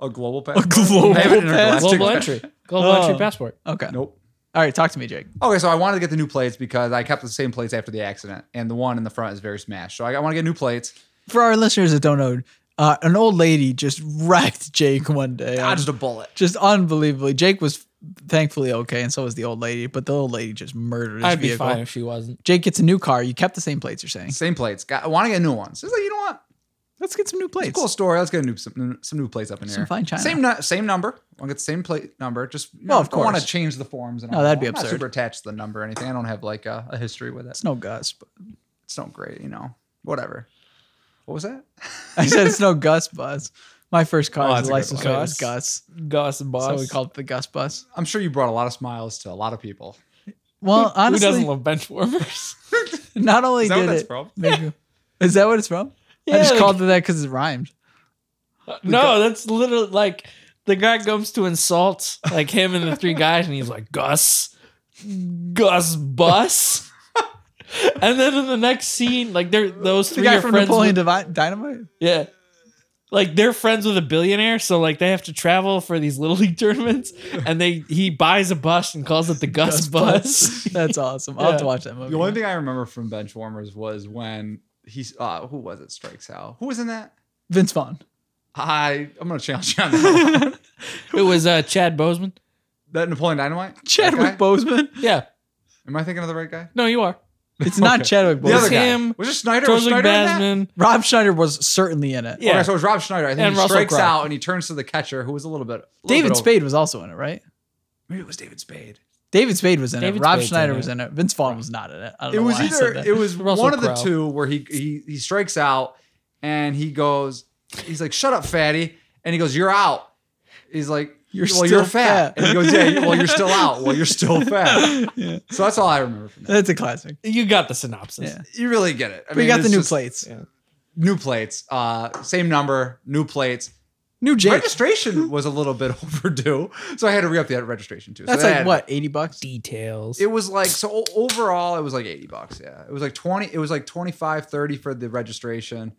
S3: a global pass.
S2: A global
S3: I have an
S2: pass.
S1: global
S3: intergalactic pass.
S1: entry. Global
S2: Oh.
S1: entry passport.
S2: Okay.
S3: Nope.
S2: All right, talk to me, Jake.
S3: Okay, so I wanted to get the new plates because I kept the same plates after the accident, and the one in the front is very smashed. So I, I want to get new plates.
S2: For our listeners that don't know, uh, an old lady just wrecked Jake one day.
S3: Dodged a bullet.
S2: just unbelievably. Jake was thankfully okay, and so was the old lady. But the old lady just murdered his
S1: I'd be
S2: vehicle.
S1: fine if she wasn't.
S2: Jake gets a new car. You kept the same plates. You're saying,
S3: Same plates. Got, I want to get new ones. It's like you know what?
S2: let's get some new plates.
S3: It's a cool story. Let's get a new some, some new plates up in
S2: Some
S3: here.
S2: fine china.
S3: Same nu- same number. I want to get the same plate number. Just you know,
S2: Well, of
S3: I want to
S2: course.
S3: change the forms. And
S2: No,
S3: all
S2: that'd be
S3: I'm not
S2: absurd.
S3: super attached to the number or anything. I don't have like a, a history with it.
S2: It's no Gus. But
S3: It's not great. You know, whatever. What was that?
S2: I said it's no Gus bus. My first
S3: Oh,
S2: car,
S3: that's a
S2: the
S3: good
S2: license
S1: one.
S2: plate was
S1: Gus.
S2: Gus,
S1: Gus and Boss.
S2: so we called it the Gus bus.
S3: I'm sure you brought a lot of smiles to a lot of people.
S2: Well, honestly,
S1: Who doesn't love bench warmers?
S2: not only
S3: Is that
S2: did
S3: what that's
S2: it,
S3: from?
S2: Maybe, is that what it's from? I
S1: Yeah,
S2: just
S1: like-
S2: called it that because it rhymed.
S1: no, that's literally like the guy comes to insult like him and the three guys, and he's like Gus, Gus Bus. and then in the next scene, like they're those
S2: The
S1: three
S2: guy
S1: are
S2: from
S1: friends.
S2: Napoleon
S1: with-
S2: Devi- Dynamite.
S1: yeah. Like they're friends with a billionaire, so like they have to travel for these little league tournaments, and they he buys a bus and calls it the Gus, Bus.
S2: That's awesome. I'll have to
S1: Yeah.
S2: watch that movie.
S3: The only thing I remember from Benchwarmers was when he's uh, who was it? Strikes Hal. Who was in that?
S2: Vince Vaughn.
S3: I I'm gonna challenge you on that. one.
S1: it was uh, Chad Bozeman.
S3: that Napoleon Dynamite. That guy?
S2: Chadwick Boseman.
S1: Yeah,
S3: Am I thinking of the right guy?
S1: no, you are.
S2: It's not Chadwick
S3: The other
S2: Boseman.
S3: guy.
S1: him,
S3: Was it Schneider? Was
S1: Joseph
S3: Schneider in that?
S1: Basman.
S2: Rob Schneider was certainly in it.
S1: Yeah.
S3: Okay, so it was Rob Schneider. I think
S1: And
S3: he
S1: Russell
S3: strikes
S1: Crowe.
S3: out and he turns to the catcher, who was a little bit. a little bit
S2: David
S3: over-
S2: Spade was also in it, right?
S3: Maybe it was David Spade.
S2: David Spade was in it.
S1: David
S2: Rob
S1: Spade's
S2: Schneider
S1: in
S2: was
S1: it.
S2: in it. Vince Vaughn was not in it. I don't
S3: It
S2: know
S3: was
S2: why I said
S3: either.
S2: that.
S3: It was
S1: Russell
S3: one of the
S1: Crowe.
S3: two where he he he strikes out and he goes. He's like, "Shut up, fatty!" And he goes, "You're out." He's like,
S2: You're
S3: well, you're
S2: still
S3: fat."
S2: fat.
S3: And he goes, "Yeah, you- well, you're still out. Well, you're still fat."
S2: Yeah.
S3: So that's all I remember from that.
S2: That's a classic.
S1: You got the synopsis.
S2: Yeah.
S3: You really get it. I
S2: we got
S3: it's
S2: the new
S3: just-
S2: plates.
S1: yeah.
S3: New plates. Uh, same number. New plates.
S2: New Jake.
S3: Registration was a little bit overdue, so I had to re up the registration too. So
S2: That's
S3: that
S2: like
S3: had-
S2: what, 80 bucks?
S1: Details.
S3: It was like so o- overall it was like 80 bucks, yeah. It was like 20 it was like 25 30 for the registration,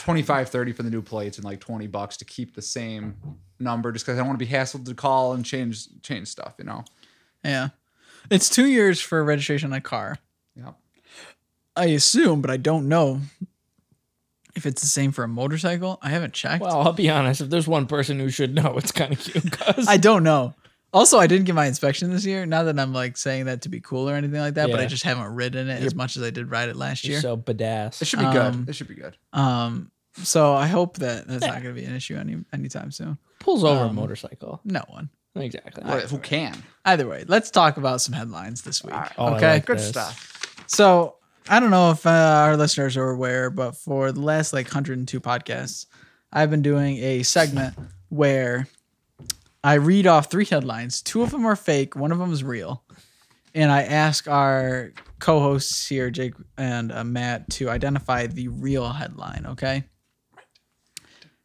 S3: 25 30 for the new plates and like 20 bucks to keep the same number just cuz I don't want to be hassled to call and change change stuff, you know.
S2: Yeah. It's two years for registration on a car.
S3: Yeah.
S2: I assume, but I don't know if it's the same for a motorcycle. I haven't checked.
S1: well, I'll be honest. If there's one person who should know, it's kind of you, Gus.
S2: I don't know. Also, I didn't get my inspection this year. Not that I'm like saying that to be cool or anything like that, but I
S1: Yeah.
S2: just haven't ridden it as much as I did ride it last
S1: You're
S2: year.
S1: so
S3: It
S1: badass.
S3: should be
S2: Um,
S3: good. It should be good.
S2: um, so I hope that that's not going to be an issue any anytime soon.
S1: pulls over a
S2: Um, oh,
S1: motorcycle.
S2: No one.
S1: Exactly.
S3: Or Who can?
S2: Either way, let's talk about some headlines this week.
S3: Alright.
S1: Oh, I
S2: okay.
S1: like
S3: Good
S1: this.
S3: stuff.
S2: So I don't know if uh, our listeners are aware, but for the last like 102 podcasts, I've been doing a segment where I read off three headlines. Two of them are fake, one of them is real. And I ask our co hosts here, Jake and uh, Matt, to identify the real headline, okay?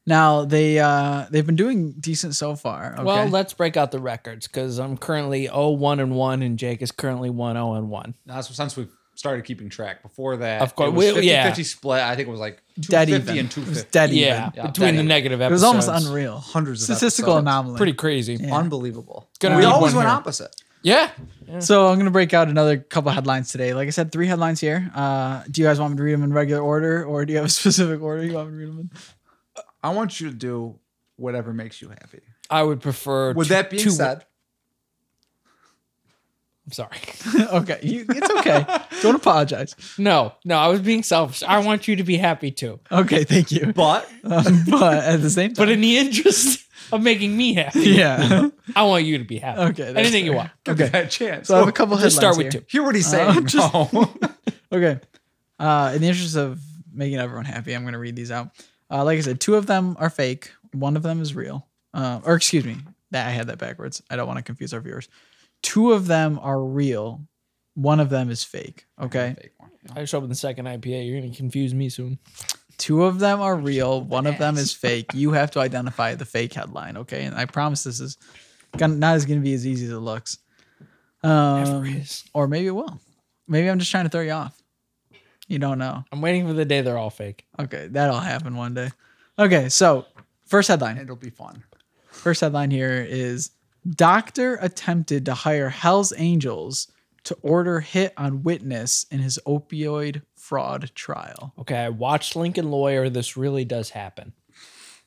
S2: Now they uh, they've been doing decent so far. Okay?
S1: Well, let's break out the records because I'm currently 0-1 and one, and Jake is currently 1-0 and one.
S3: Now, that's since we've started keeping track. Before that,
S1: Of course.
S3: it was
S1: We-
S3: 50,
S1: yeah.
S3: 50 split. I think it was like
S2: dead
S3: 250 and
S2: even. It was
S3: 250.
S2: dead
S1: Yeah,
S2: even.
S3: Yeah,
S1: between the
S3: that-
S1: negative
S2: It was
S1: episodes,
S2: almost unreal.
S3: Hundreds of
S2: Statistical
S3: episodes.
S2: anomaly.
S1: Pretty crazy. Yeah.
S2: Yeah.
S3: Unbelievable.
S1: gonna
S3: we
S1: need
S3: always
S1: one
S3: went
S1: here.
S3: opposite.
S2: So I'm gonna break out another couple headlines today. Like I said, three headlines here. Uh, do you guys want me to read them in regular order, or do you have a specific order you want me to read them in?
S3: I want you to do whatever makes you happy.
S1: I would prefer.
S3: With
S1: two-
S3: that being
S1: two-
S3: said,
S1: I'm sorry.
S2: okay, you, it's okay. Don't apologize.
S1: No, no, I was being selfish. I want you to be happy too,
S2: Okay, thank you.
S3: but
S2: Um, but at the same time,
S1: but in the interest of making me happy,
S2: yeah.
S1: I want you to be happy.
S2: Okay, that's
S1: anything you
S2: fair.
S1: want.
S3: give me that chance.
S2: So I have a couple
S1: Just start
S2: headlines
S1: with
S2: here.
S1: two.
S3: Hear what he's saying.
S2: Uh, just-
S3: no.
S2: Okay. Uh, in the interest of making everyone happy, I'm going to read these out. Uh, like I said, two of them are fake. One of them is real. Uh, or excuse me, that I had that backwards. I don't want to confuse our viewers. Two of them are real. One of them is fake. Okay.
S3: Fake one.
S1: I show up in the second IPA. You're gonna confuse me soon.
S2: Two of them are real. One of them is fake. You have to identify the fake headline. Okay. And I promise this is gonna, not as going to be as easy as it looks.
S1: Never
S2: Um,
S1: is.
S2: or maybe it will. Maybe I'm just trying to throw you off. You don't know.
S1: I'm waiting for the day they're all fake.
S2: Okay, that'll happen one day. Okay, so first headline.
S3: It'll be fun.
S2: First headline here is Doctor attempted to hire Hell's Angels to order hit on witness in his opioid fraud trial.
S1: Okay, I watched Lincoln Lawyer. This really does happen.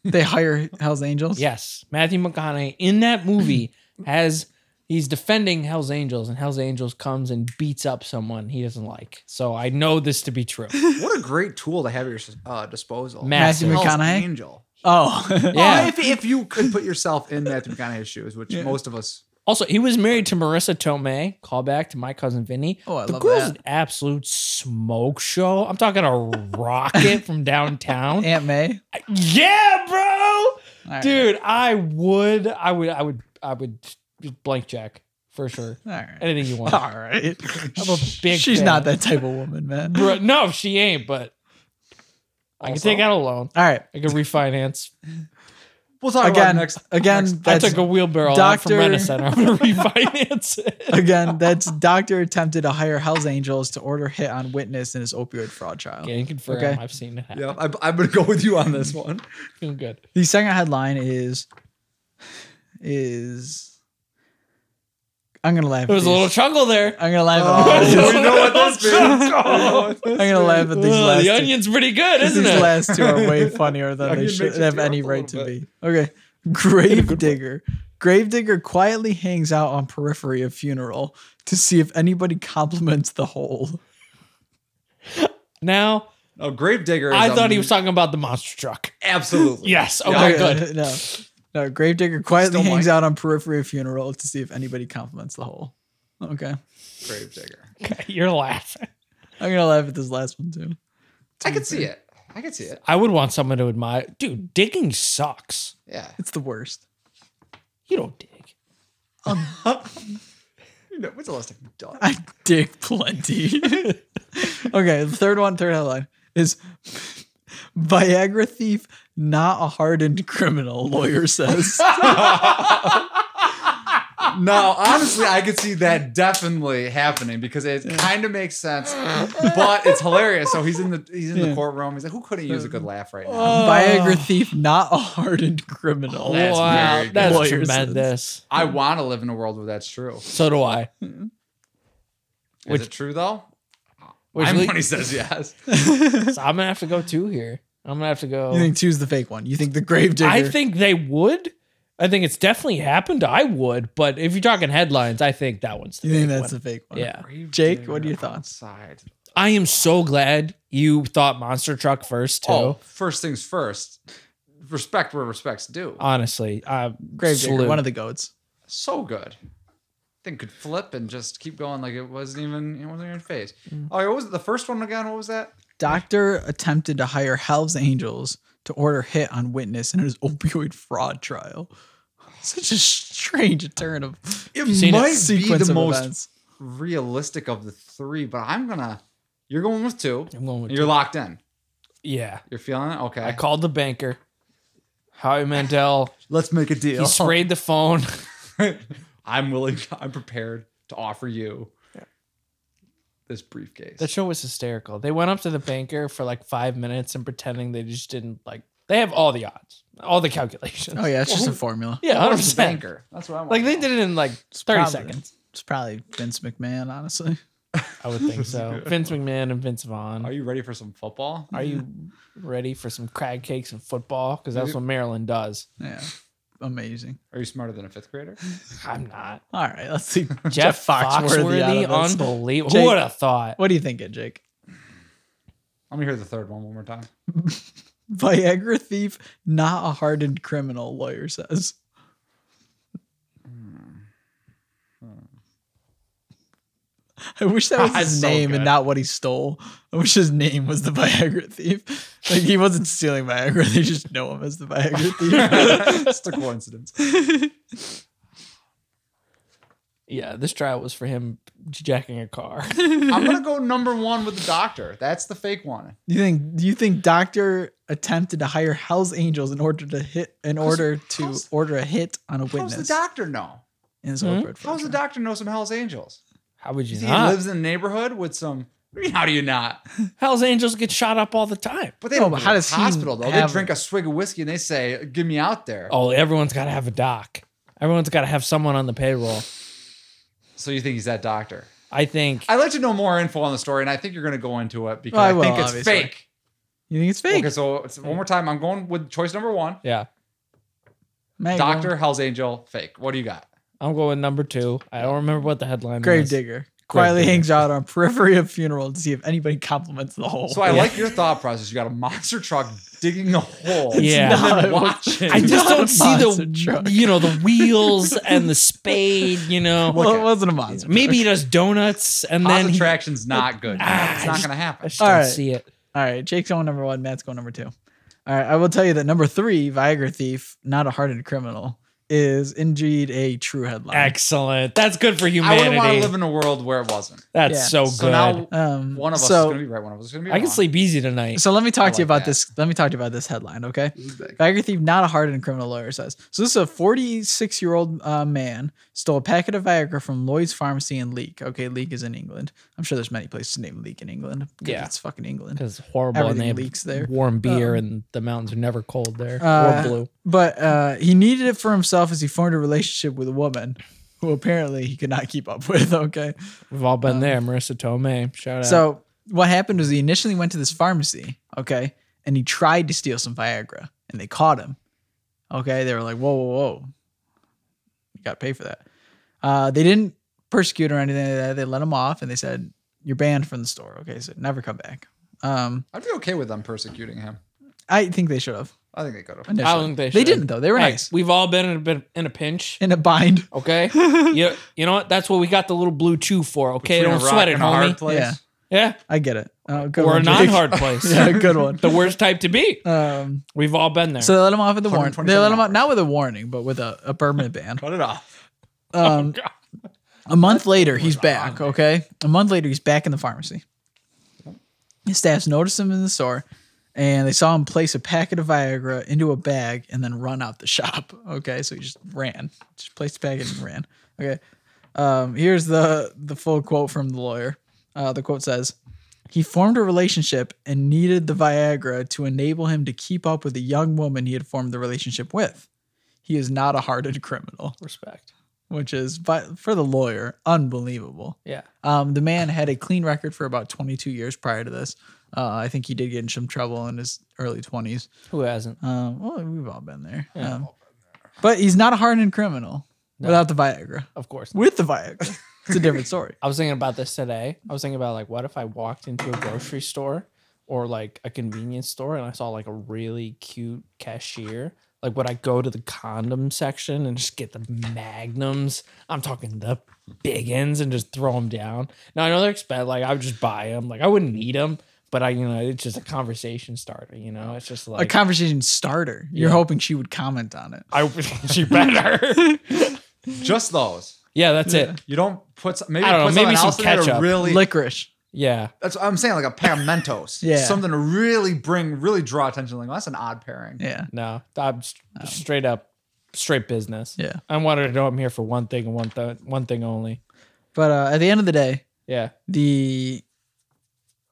S2: They hire Hell's Angels?
S1: Yes, Matthew McConaughey in that movie has he's defending Hell's Angels, and Hell's Angels comes and beats up someone he doesn't like. So I know this to be true.
S3: What a great tool to have at your uh, disposal.
S1: Matthew
S3: Hell's
S2: McConaughey?
S3: Angel.
S2: Oh.
S1: Yeah.
S3: Yeah. if, if you could put yourself in Matthew McConaughey's shoes, which
S2: Yeah.
S3: most of us.
S1: Also, he was married to Marissa Tomei. Call back to my cousin Vinny.
S2: Oh, I
S1: the
S2: love
S1: girl's
S2: that.
S1: an absolute smoke show. I'm talking a rocket from downtown.
S2: Aunt May?
S1: yeah, bro.
S2: All right.
S1: Dude, I would, I would, I would, I would just blank check for sure.
S2: All right.
S1: Anything you want.
S2: All right.
S1: I'm a big
S2: She's
S1: fan.
S2: not that type of woman, man.
S1: Bro, no, she ain't, but I can
S3: Also-
S1: take out a loan.
S2: All right.
S1: I can refinance.
S3: We'll talk about it
S2: Again,
S3: next.
S2: again,
S1: I
S2: that's
S1: took a wheelbarrow out from
S2: Doctor-
S1: Rent Center. I'm gonna refinance it.
S2: Again, that's doctor attempted to hire Hell's Angels to order hit on witness in his opioid fraud trial.
S1: Can confirm.
S2: Okay.
S1: I've seen it happen.
S3: Yeah, I, I'm going to go with you on this one.
S1: Feeling good.
S2: The second headline is is I'm gonna laugh.
S1: There was a
S2: at
S1: little
S2: these.
S1: chuckle there.
S2: I'm gonna laugh.
S3: Oh,
S2: at
S3: we
S2: all these.
S3: know what this means. We know what this
S2: I'm gonna laugh at these
S1: Ugh,
S2: last.
S1: the
S2: two.
S1: onion's pretty good, isn't
S2: these
S1: it?
S2: last two are way funnier than
S3: Onion
S2: they
S3: makes
S2: should
S3: you
S2: have
S3: tear
S2: any
S3: up a
S2: right to
S3: little
S2: be. Okay, Gravedigger. Gravedigger quietly hangs out on periphery of funeral to see if anybody compliments the hole.
S1: Now
S3: Oh, Gravedigger. is
S1: I
S3: a-
S1: thought he was talking about the monster truck.
S3: Absolutely.
S1: Yes. Okay.
S2: Okay,
S1: good.
S2: No, no. Gravedigger quietly
S3: Oh Still
S2: hangs
S3: mine.
S2: out on periphery of funeral to see if anybody compliments the hole. Okay,
S3: Gravedigger.
S1: Okay, You're laughing.
S2: I'm gonna laugh at this last one too.
S3: I could see it. I could see it.
S1: I would want someone to admire. Dude, digging sucks.
S3: Yeah.
S2: It's the worst.
S1: You don't dig.
S3: You know, what's the last time you done?
S2: I dig plenty. okay, the third one, third headline is Viagra thief, not a hardened criminal. Lawyer says.
S3: No, honestly, I could see that definitely happening because it kind of makes sense, but it's hilarious. So he's in the he's in the
S2: Yeah. Uh,
S3: courtroom. He's like, who couldn't use a good laugh right now?
S2: Viagra thief, not a hardened criminal.
S3: That's
S1: wow,
S3: very good.
S1: that's
S2: Lawyer says.
S1: tremendous.
S3: I want to live in a world where that's true. Is
S1: So do I. Which-
S3: it true though?
S1: Which
S3: I'm
S1: le-
S3: when he says yes.
S1: so I'm gonna have to go two here. I'm gonna have to go.
S2: You think two's the fake one? You think the gravedigger?
S1: I think they would. I think it's definitely happened. I would, but if you're talking headlines, I think that one's the
S2: you think
S1: big
S2: that's
S1: one.
S2: the fake one.
S1: yeah.
S2: Jake, what are your thoughts?
S3: Side.
S1: I am so glad you thought monster truck first too.
S3: Oh, first things first. respect where respect's due.
S1: Honestly, uh,
S2: Gravedigger,
S1: salute.
S2: one of the goats.
S3: so good. Thing could flip and just keep going like it wasn't even it wasn't even phased. Oh, what was it? the first one again? What was that?
S2: Doctor attempted to hire Hell's Angels to order hit on witness in his opioid fraud trial. Such a strange turn of
S3: It
S1: seen it?
S3: might be
S2: sequence
S3: the
S2: of
S3: most
S2: events.
S3: realistic of the three, but I'm gonna. You're going with 2
S1: I'm going with
S3: you're locked in.
S1: yeah.
S3: You're feeling it. Okay.
S1: I called the banker, Howie Mandel.
S3: Let's make a
S1: He
S3: deal.
S1: sprayed the phone.
S3: I'm willing. I'm prepared to offer you this briefcase.
S1: That show was hysterical. They went up to the banker for like five minutes and pretending they just didn't like. They have all the odds, all the calculations.
S2: Oh yeah, it's just a formula.
S1: yeah, hundred
S3: Where's the
S1: percent.
S3: banker. That's what I want.
S1: Like they did it in like thirty
S2: Probably.
S1: seconds.
S2: It's probably Vince McMahon, honestly.
S1: I would think so. Vince McMahon and Vince Vaughn.
S3: Are you ready for some football?
S1: Are you ready for some crab cakes and football? Because that's what Maryland does.
S2: Yeah. Amazing.
S3: Are you smarter than a fifth grader?
S1: I'm not.
S2: All right, let's see. Jeff,
S1: Jeff Foxworthy,
S2: out of this.
S1: unbelievable.
S2: Jake-
S1: Who would have thought?
S2: What do you think, it, Jake?
S3: Let me hear the third one one more time.
S2: Viagra thief, not a hardened criminal, lawyer says. I wish that was his
S3: So
S2: name
S3: good.
S2: and not what he stole. I wish his name was the Viagra thief. Like he wasn't stealing Viagra; they just know him as the Viagra
S3: Just a coincidence.
S2: thief.
S1: Yeah, this trial was for him jacking a car.
S3: I'm gonna go number one with the doctor. That's the fake one.
S2: you think? Do you think Doctor attempted to hire Hell's Angels in order to hit in order to
S3: how's-
S2: order a hit on a
S3: How's the
S2: witness?
S3: doctor know?
S2: in his
S1: Hmm?
S2: Oprah
S3: How's the
S2: trial?
S3: doctor know some Hell's Angels?
S1: How would you
S3: He
S1: not?
S3: lives in a neighborhood with some. I mean, How do you not?
S1: Hell's Angels get shot up all the time.
S3: But they
S2: No,
S3: don't.
S2: but
S3: go to
S2: how
S3: the
S2: does he
S3: hospital though? They
S2: have-
S3: drink a swig of whiskey and they say, "Get me out there."
S1: Oh, everyone's got to have a doc. Everyone's got to have someone on the payroll.
S3: So you think he's that doctor?
S1: I think
S3: I'd like to know more info on the story, and I think you're going to go into it because
S2: Well, I
S3: I,
S2: will,
S3: think it's
S2: obviously.
S3: fake.
S2: You think it's fake?
S3: Okay, so it's, one more time, I'm going with choice number one:
S1: yeah.
S2: Mago.
S3: Doctor Hell's Angel, fake. What do you got?
S1: I'm going number 2. I don't remember what the headline was.
S2: Gravedigger quietly
S1: Gravedigger.
S2: hangs out on periphery of funeral to see if anybody compliments the hole.
S3: So I
S1: Yeah.
S3: like your thought process. You got a monster truck digging a hole.
S1: Yeah.
S3: and
S2: No,
S3: then
S2: it was-
S3: watching.
S1: I just
S2: Not a
S1: don't see the
S2: monster truck.
S1: you know the wheels and the spade, you know.
S2: well,
S3: Okay.
S2: it wasn't a monster.
S1: Maybe he does donuts and
S3: Cause
S1: then he, I
S3: attraction's not good.
S1: Ah,
S3: it's
S1: I
S3: not
S1: just-
S3: going to happen.
S1: just
S2: All
S1: don't
S2: right.
S1: see it.
S2: All right, Jake's going number one. Matt's going number two. All right, I will tell you that number three, Viagra thief, not a hardened criminal, is indeed a true headline.
S1: Excellent. That's good for
S3: I wouldn't
S1: humanity.
S3: want to live in a world where it wasn't.
S1: That's
S2: Yeah.
S1: so good.
S3: So now
S2: Um,
S3: one of us is
S2: so,
S3: going to be right. One of us is going to be
S1: I
S3: wrong.
S1: can sleep easy tonight.
S2: So let me talk
S3: I
S2: to you
S3: like that.
S2: about this. Let me talk to you about this headline, okay? Viagra thief, not a hardened criminal lawyer says. So this is a 46 year old uh, man stole a packet of Viagra from Lloyd's Pharmacy in Leek. Okay, Leek is in England. I'm sure there's many places named Leek in England. 'cause
S1: Yeah.
S2: it's fucking England.
S1: Because horrible and
S2: Everything
S1: they have
S2: leaks there. Um,
S1: warm beer and the mountains are never cold there
S2: Uh,
S1: or blue.
S2: But uh, he needed it for himself as he formed a relationship with a woman who apparently he could not keep up with. Okay.
S1: We've all been there. Marissa Tomei, shout out.
S2: um, So what happened was he initially went to this pharmacy, okay, and he tried to steal some Viagra, and they caught him. Okay, they were like, "Whoa, whoa, whoa, you got to pay for that." Uh, they didn't persecute or anything like that. They let him off, and they said, "You're banned from the store." Okay, so never come back. Um,
S3: I'd be okay with them persecuting him.
S2: I think they should have.
S3: I think they could have.
S2: Initially.
S1: think they
S2: They
S1: should.
S2: didn't though. They were
S1: Hey,
S2: nice
S1: We've all been in a bit in a pinch.
S2: in a bind.
S1: Okay. you, you know what? That's what we got the little blue chew for. Okay. Don't sweat it, homie.
S3: place.
S2: Yeah.
S1: Yeah.
S2: I get it. Uh, good
S1: Or a
S2: one, Jake.
S1: non hard place.
S2: yeah, good one.
S1: The worst type to be.
S2: Um,
S1: We've all been there.
S2: so they let him off with a warning. They
S3: 127
S2: let him off not with a warning, but with a, a permanent ban.
S3: Cut it off.
S2: Um, a month later, he's back. Okay, a month later, he's back in the pharmacy. His staffs noticed him in the store, and they saw him place a packet of Viagra into a bag and then run out the shop. Okay, so he just ran, just placed the packet and ran. Okay, um, here's the the full quote from the lawyer. Uh, the quote says. He formed a relationship and needed the Viagra to enable him to keep up with the young woman he had formed the relationship with. He is not a hardened criminal
S1: respect.
S2: which is but for the lawyer unbelievable
S1: Yeah.
S2: um, the man had a clean record for about 22 years prior to this uh, i think he did get in some trouble in his early 20s
S1: Who hasn't?
S2: um, well we've all been there um, but he's not a hardened criminal without the viagra
S1: Of course.
S2: with the viagra it's a different story
S1: I was thinking about this today. I was thinking about like, what if I walked into a grocery store or like a convenience store and I saw like a really cute cashier, like would I go to the condom section and just get the magnums? I'm talking the big ends and just throw them down. Now I know they're expensive. Like I would just buy them. Like I wouldn't need them, but I, you know, it's just a conversation starter. You know, it's just
S2: a
S1: like
S2: conversation starter. You're hoping she would comment on it.
S1: I she better.
S3: Just those.
S1: yeah, that's it.
S3: You don't put some, maybe
S1: I don't
S3: put
S1: know, maybe
S3: something
S1: some
S3: else in there to
S1: ketchup.
S3: Really,
S2: Licorice.
S1: Yeah,
S3: that's what I'm saying like a pair of Mentos.
S2: Yeah.
S3: something to really bring, really draw attention. Like well, that's an odd pairing.
S2: Yeah.
S1: no, I'm s- straight up, straight business.
S2: Yeah.
S1: I wanted to know I'm here for one thing and one th- one thing only.
S2: But uh, at the end of the day,
S1: Yeah,
S2: the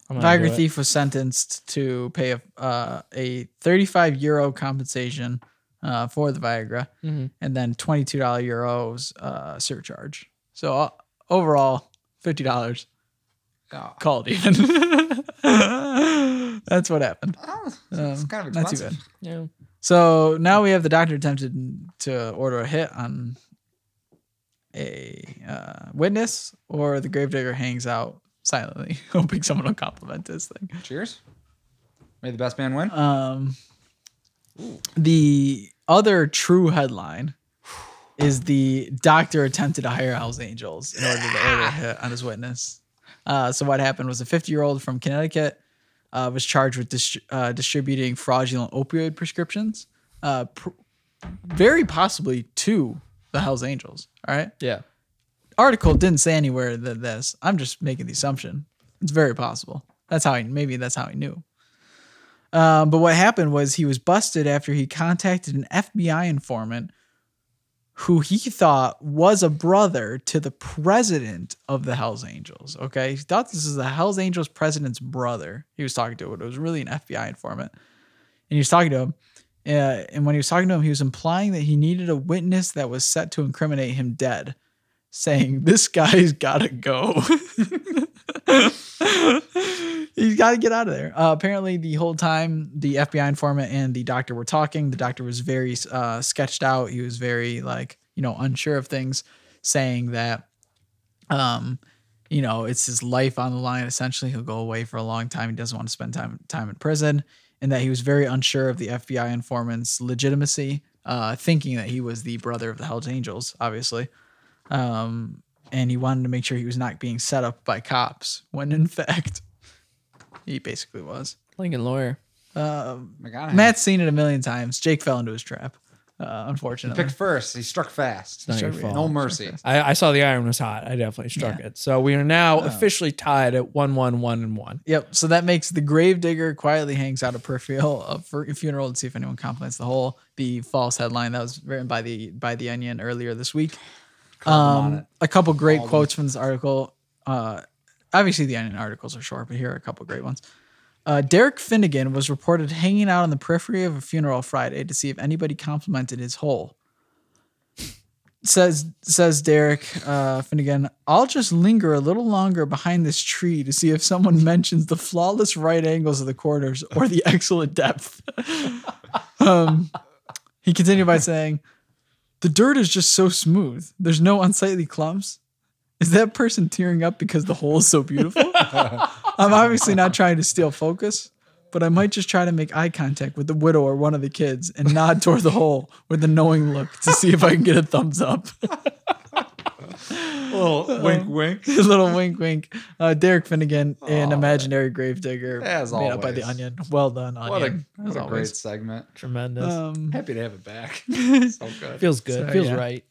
S1: I'm gonna do
S2: Viagra
S1: it.
S2: thief was sentenced to pay a, uh, a 35 euro compensation uh, for the Viagra
S1: Mhm.
S2: and then $22 euros uh, surcharge. So uh, overall, $50
S3: Oh,
S2: called even. That's what happened.
S3: oh, it's
S2: Um,
S3: kind of
S2: not too
S3: expensive.
S2: bad.
S1: Yeah.
S2: So now we have the doctor attempted to order a hit on a uh, witness, or the gravedigger hangs out silently, hoping someone will compliment this thing.
S3: Cheers. May the best man win.
S2: Um, the other true headline is the doctor attempted to hire Hell's Angels in order to order a hit on his witness. Uh, so what happened was a 50 year old from Connecticut uh, was charged with dis- uh, distributing fraudulent opioid prescriptions, uh, pr- very possibly to the Hell's Angels. All right.
S1: Yeah.
S2: Article didn't say anywhere that this. I'm just making the assumption. It's very possible. That's how he maybe that's how he knew. Um, but what happened was he was busted after he contacted an FBI informant who he thought was a brother to the president of the Hells Angels. Okay. He thought this is the Hells Angels president's brother he was talking to, but it was really an FBI informant. And he was talking to him. Uh, and when he was talking to him, he was implying that he needed a witness that was set to incriminate him dead, saying, This guy's got to go. He's got to get out of there. Uh, apparently, the whole time the FBI informant and the doctor were talking, the doctor was very uh, sketched out. He was very like you know unsure of things, saying that, um, you know, it's his life on the line. Essentially, he'll go away for a long time. He doesn't want to spend time time in prison, and that he was very unsure of the FBI informant's legitimacy, uh, thinking that he was the brother of the Hell's Angels, obviously. Um, and he wanted to make sure he was not being set up by cops when in fact he basically was.
S1: Lincoln lawyer.
S2: Um,
S3: McConaughey.
S2: Matt's seen it a million times. Jake fell into his trap, uh, unfortunately.
S3: Picked first. He struck fast.
S1: not your
S3: no
S1: fault.
S3: mercy.
S1: I, I saw the iron was hot. I definitely struck it. So we are now officially tied at one, one, one, and one.
S2: Yep. So that makes the gravedigger quietly hangs out a peripheral of for a funeral to see if anyone compliments the whole the false headline that was written by the by the Onion earlier this week.
S3: Called them on
S2: Um, a couple great
S3: Called them.
S2: quotes from this article. Uh, obviously, the Onion articles are short, but here are a couple great ones. Uh, Derek Finnegan was reported hanging out on the periphery of a funeral Friday to see if anybody complimented his hole says says Derek uh, Finnegan. I'll just linger a little longer behind this tree to see if someone mentions the flawless right angles of the corners or the excellent depth. um, he continued by saying, "The dirt is just so smooth. There's no unsightly clumps. Is that person tearing up because the hole is so beautiful? I'm obviously not trying to steal focus." But I might just try to make eye contact with the widow or one of the kids and nod toward the hole with a knowing look to see if I can get a thumbs up.
S3: it. Little wink, wink.
S2: a little wink, wink. Uh, Derek Finnegan, an imaginary gravedigger,
S3: As
S2: made up by the
S3: always.
S2: Onion. Well done, Onion.
S3: What a, what a
S2: as
S3: great
S2: always.
S3: segment.
S1: Tremendous.
S2: Um,
S3: Happy to have it back. so good.
S1: feels good.
S2: so,
S1: feels
S2: yeah.
S1: right.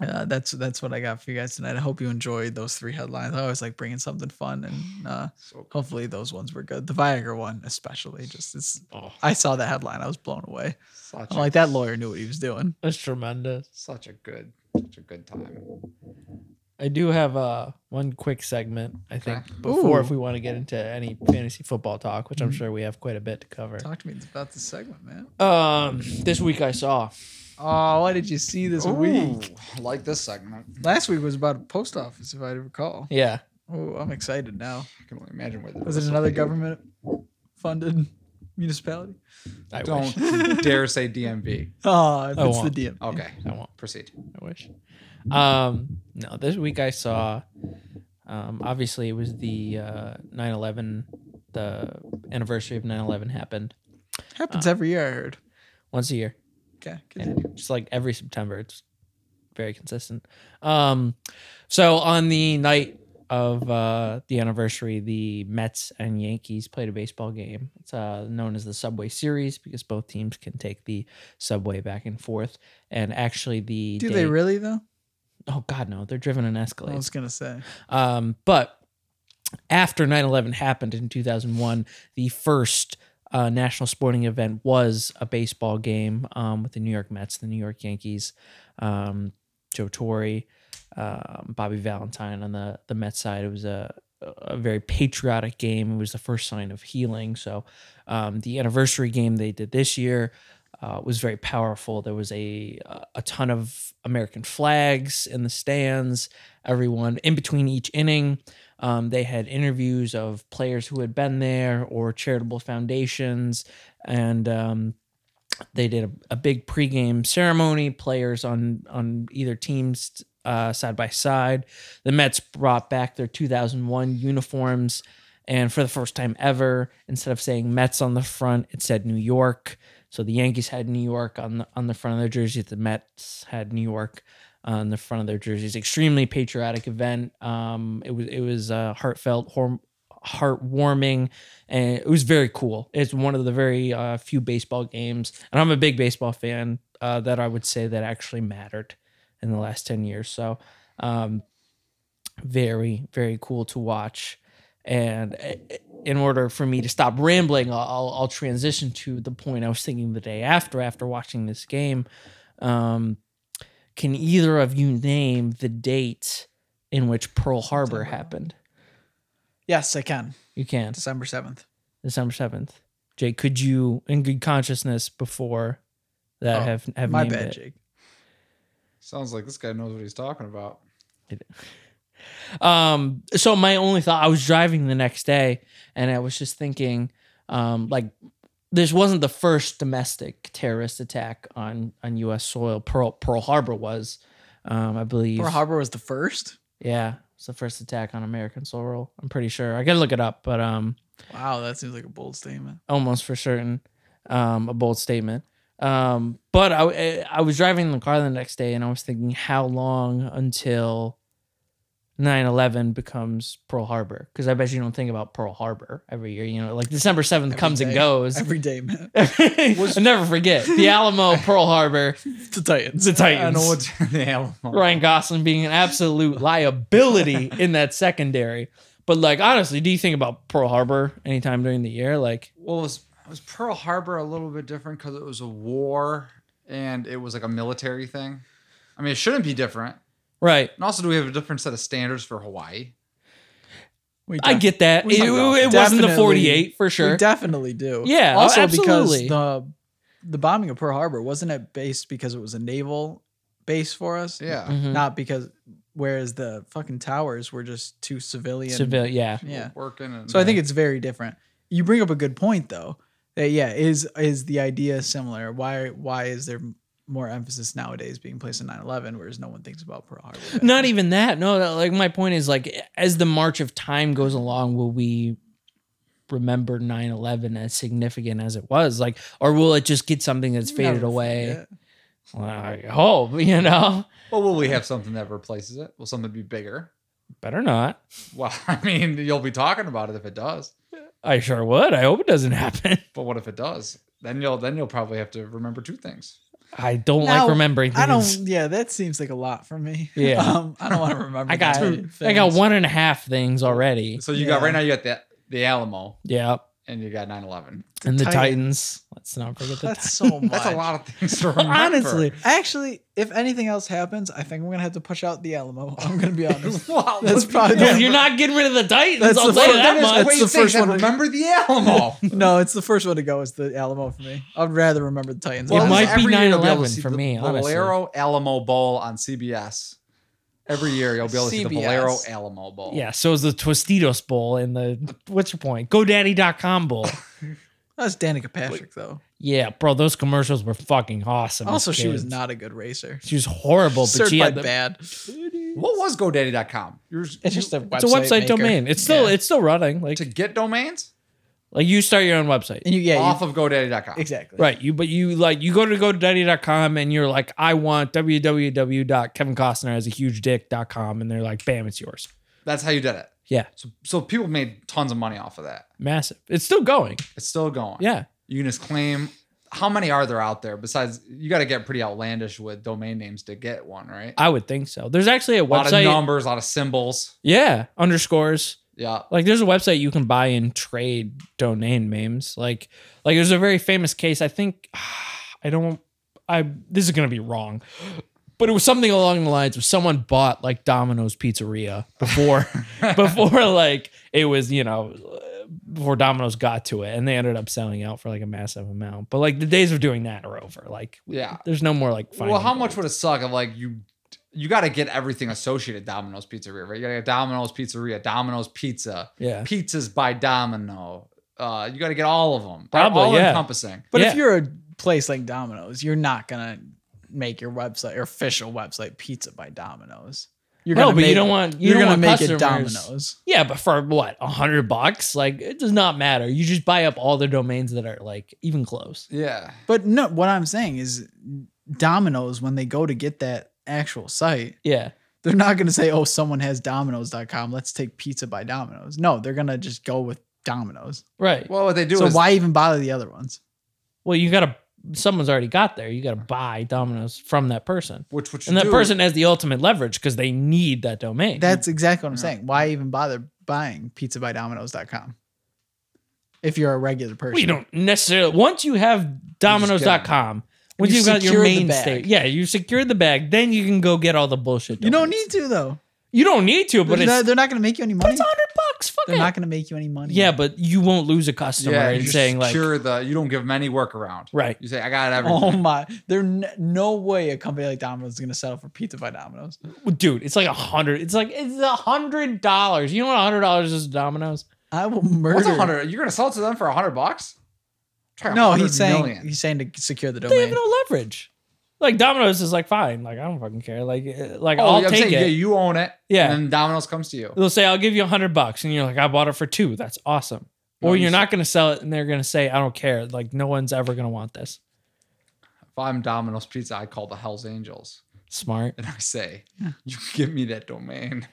S2: uh, that's that's what I got for you guys tonight. I hope you enjoyed those three headlines. I always like bringing something fun, and uh,
S3: So good.
S2: hopefully those ones were good. The Viagra one, especially, just is.
S1: Oh.
S2: I saw that headline, I was blown away.
S3: Such
S2: I'm
S3: a,
S2: like that lawyer knew what he was doing.
S1: That's tremendous.
S3: such a good, such a good time.
S1: I do have uh, one quick segment, I think,
S3: Okay.
S1: before
S2: Ooh.
S1: if we want to get into any fantasy football talk, which I'm sure we have quite a bit to cover.
S2: Talk to me about this segment, man.
S1: Um, This week I saw.
S2: Oh, what did you see this week?
S3: Ooh, I like this segment.
S2: Last week was about a post office, if I recall.
S1: Yeah.
S2: Oh, I'm excited now.
S3: I can only imagine where this
S2: Was it another government funded municipality?
S1: I wish.
S3: Don't dare say DMV.
S2: Oh, if
S1: I
S2: it's the
S1: won't.
S2: DM.
S3: Okay,
S1: I won't.
S3: proceed.
S1: I wish. Um, no, this week I saw. Um, obviously, it was the uh, 9/11, the anniversary of 9/11 happened
S2: Happens every year, I heard.
S1: once a year.
S2: Okay.
S1: and just like every September, it's very consistent. Um, so on the night of uh, the anniversary, the Mets and Yankees played a baseball game. It's uh, known as the Subway Series because both teams can take the subway back and forth. And actually, the
S2: Do
S1: day-
S2: they really though?
S1: Oh God, no! They're driven in
S2: I
S1: Escalades.
S2: was gonna say.
S1: Um, but after 9 11 happened in 2001, the first uh, national sporting event was a baseball game um, with the New York Mets, the New York Yankees, um, Joe Torre, um, Bobby Valentine on the, the Mets side. It was a, a very patriotic game. It was the first sign of healing. So um, the anniversary game they did this year. Uh, was very powerful. There was a a ton of American flags in the stands everyone in between each inning. Um, they had interviews of players who had been there or charitable foundations, and um, they did a, a big pregame ceremony. Players on on either teams uh, side by side. The Mets brought back their 2001 uniforms, and for the first time ever, instead of saying Mets on the front, it said New York. So the Yankees had New York on the on the front of their jersey. The Mets had New York on the front of their jerseys. Extremely patriotic event. Um, it was it was uh, heartfelt, horm- heartwarming, and it was very cool. It's one of the very uh, few baseball games, and I'm a big baseball fan uh, that I would say that actually mattered in the last ten years. So, um, very very cool to watch. And uh, in order for me to stop rambling, I'll- I'll, I'll transition to the point I was thinking the day after after watching this game. Um, can either of you name the date in which Pearl Harbor happened?
S2: Yes, I can.
S1: You can.
S2: December seventh.
S1: December seventh. Jake, could you, in good consciousness, before that,
S2: Oh,
S1: have have
S2: My
S1: named
S2: bad,
S1: it?
S2: Jake.
S3: Sounds like this guy knows what he's talking about.
S1: Um, so my only thought, I was driving the next day, and I was just thinking, um, like this wasn't the first domestic terrorist attack on on U.S. soil. Pearl Pearl Harbor was, um, I believe.
S2: Pearl Harbor was the first.
S1: Yeah, it's the first attack on American soil. I'm pretty sure. I gotta look it up, but um,
S2: Wow, that seems like a bold statement.
S1: almost for certain. Um, a bold statement. Um, but I, I was driving in the car the next day and I was thinking, how long until 9 11 becomes Pearl Harbor? Because I bet you don't think about Pearl Harbor every year. You know, like December 7th
S2: Every
S1: comes and
S2: day.
S1: goes.
S2: Every day, man.
S1: I'll never forget the Alamo, Pearl Harbor,
S2: the Titans.
S1: the Titans.
S3: I don't know what the hell.
S1: Ryan Gosling being an absolute liability in that secondary. But like honestly, do you think about Pearl Harbor anytime during the year? Like
S3: Well, it was, it was Pearl Harbor a little bit different because it was a war and it was like a military thing? I mean, it shouldn't be different.
S1: right.
S3: And also, do we have a different set of standards for Hawaii?
S2: We
S1: I
S2: def-
S1: get that. It,
S3: We
S1: it wasn't the
S2: definitely-
S1: 48 for
S2: We
S1: sure.
S2: definitely do.
S1: Yeah, oh,
S2: Also
S1: absolutely.
S2: because the the bombing of Pearl Harbor wasn't it based because it was a naval base for us?
S3: Yeah.
S1: Mhm.
S2: Not because whereas the fucking towers were just too civilian.
S1: Seville, yeah.
S2: Yeah.
S3: Working. And,
S2: So I think it's very different. You bring up a good point though. That yeah, is is the idea similar? Why why is there more emphasis nowadays being placed on 9-11 whereas no one thinks about Pearl Harbor?
S1: Not even that. No, that- like my point is like as the march of time goes along, will we remember 9/11 as significant as it was? Like or will it just get something that's
S2: Never
S1: faded away?
S2: forget.
S1: Well, I hope, you know.
S3: Well, will we have something that replaces it? Will something be bigger?
S1: Better not.
S3: Well, I mean, you'll be talking about it if it does.
S1: I sure would. I hope it doesn't happen.
S3: But what if it does? Then you'll then you'll probably have to remember two things.
S1: I don't
S2: Now,
S1: like remembering things.
S2: I don't. Yeah, that seems like a lot for me.
S1: Yeah.
S2: um, I don't want to remember.
S1: I got
S2: two
S1: I got
S2: things.
S1: one and a half things already.
S3: So you got
S2: Yeah.
S3: right now you got the the Alamo
S1: Yeah.
S3: and you got 9/11.
S1: And the
S2: Titan-
S1: Titans. Let's not forget the
S2: That's so much.
S3: That's a lot of things to remember.
S2: Honestly, actually, if anything else happens, I think I'm gonna have to push out the Alamo. I'm gonna be honest.
S3: wow,
S2: That's probably
S1: Dude,
S2: the-
S1: you're not getting rid of the Titans.
S2: That's
S1: I'll
S2: the
S1: tell you that
S2: first- that is-
S1: much.
S2: That's
S3: Wait,
S2: the
S3: think
S2: first
S3: that
S2: one to-
S3: Remember the Alamo.
S2: no, it's the first one to go. Is the Alamo for me. I'd rather remember the Titans.
S1: It
S2: Honestly.
S1: might be
S3: every year you'll able to
S1: 9/11
S3: see
S1: for
S3: the
S1: me, honestly.
S3: Valero Alamo Bowl on CBS. Every year you'll be able to see the
S2: CBS.
S3: Valero Alamo Bowl.
S1: Yeah, so is the Tostitos Bowl and the what's your point? GoDaddy.com Bowl.
S2: That's Danica Patrick though.
S1: yeah, bro, those commercials were fucking awesome. as
S2: Also, she was
S1: kids.
S2: not a good racer.
S1: She was horrible, but she
S2: Certified
S1: had the,
S2: bad.
S3: What was GoDaddy.com? You're,
S2: It's just a website.
S1: it's a website
S2: maker.
S1: domain. It's still
S2: Yeah.
S1: it's still running. Like
S3: to get domains?
S1: Like you start your own website.
S2: And you, yeah, you-
S3: off of GoDaddy.com.
S2: exactly.
S1: Right. You but you like you go to godaddy.com and you're like, I want www.kevincostnerhasahugedick.com and they're like, bam, it's yours.
S3: That's how you did it.
S1: Yeah.
S3: So, so people made tons of money off of that.
S1: Massive. It's still going.
S3: It's still going.
S1: Yeah.
S3: You can just claim. How many are there out there? Besides, you got to get pretty outlandish with domain names to get one, right?
S1: I would think so. There's actually a
S3: A lot
S1: website.
S3: of numbers, a lot of symbols.
S1: yeah. Underscores.
S3: Yeah.
S1: Like there's a website you can buy and trade domain names. Like like there's a very famous case. I think I don't I this is gonna be wrong. But it was something along the lines of someone bought like Domino's Pizzeria before before like it was, you know, before Domino's got to it and they ended up selling out for like a massive amount. But like the days of doing that are over. Like
S3: Yeah.
S1: there's no more like
S3: Well, how much would it suck if like you you got to get everything associated Domino's Pizzeria, right? You got to get Domino's Pizzeria, Domino's Pizza,
S1: Yeah.
S3: pizzas by Domino. Uh, you got to get all of them. They're
S1: Probably,
S3: all
S1: yeah.
S3: encompassing.
S2: But
S1: Yeah.
S2: if you're a place like Domino's, you're not gonna make your website your official website pizza by Domino's. You're
S1: No,
S2: gonna
S1: but you
S2: make-
S1: don't want you
S2: you're
S1: don't
S2: gonna
S1: want
S2: make
S1: customers.
S2: it Domino's.
S1: Yeah, but for what? A hundred bucks? Like it does not matter. You just buy up all the domains that are like even close.
S3: Yeah.
S2: But no, what I'm saying is Domino's when they go to get that actual site,
S1: Yeah.
S2: they're not gonna say, "Oh, someone has Domino's.com. Let's take pizza by Domino's." No, they're gonna just go with Domino's.
S1: Right. Well,
S3: Well, what they do
S2: so
S3: is
S2: why even bother the other ones?
S1: you gotta someone's already got there. You gotta buy Domino's from that person.
S3: which which
S1: And that
S3: do,
S1: person has the ultimate leverage because they need that domain.
S2: That's exactly what I'm
S3: Mm-hmm. Yeah.
S2: saying. Why even bother buying pizza by Domino's.com if you're a regular person?
S1: we don't necessarily once you have Domino's.com, once
S2: You
S1: you have got your
S2: secured the
S1: main
S2: bag.
S1: state. Yeah, you secured the bag, then you can go get all the bullshit.
S2: You don't
S1: domains.
S2: need to though.
S1: you don't need to, but
S2: they're,
S1: it's
S2: not, they're not gonna make you any
S1: but
S2: money.
S1: it's a hundred bucks. Fuck
S2: They're
S1: it.
S2: not gonna make you any money.
S1: yeah, but you won't lose a customer
S3: Yeah,
S1: in
S3: you
S1: saying like
S3: secure the. You don't give them any workaround.
S1: right.
S3: You say I got everything.
S2: Oh my! There n- no way a company like Domino's is gonna settle for pizza by Domino's.
S1: Well, dude, it's like a hundred. It's like it's a hundred dollars. You know what a hundred dollars is to Domino's?
S2: I will murder.
S3: What's a hundred? You're gonna sell it to them for a hundred bucks? Try a
S2: No,
S3: hundred
S2: he's saying
S3: million.
S2: he's saying to secure the
S1: They have
S2: domain.
S1: no leverage. Like Domino's is like fine. Like I don't fucking care. Like uh, like
S3: Oh,
S1: I'll
S3: I'm
S1: take
S3: saying, Yeah,
S1: it.
S3: you own it.
S1: Yeah.
S3: And then Domino's comes to you.
S1: They'll say I'll give you a hundred bucks, and you're like I bought it for two. That's awesome.
S3: No,
S1: or
S3: you
S1: you're
S3: s-
S1: not gonna sell it, and they're gonna say I don't care. Like no one's ever gonna want this.
S3: If I'm Domino's Pizza, I call the Hell's Angels
S1: Smart.
S3: and I say, "You give me that domain."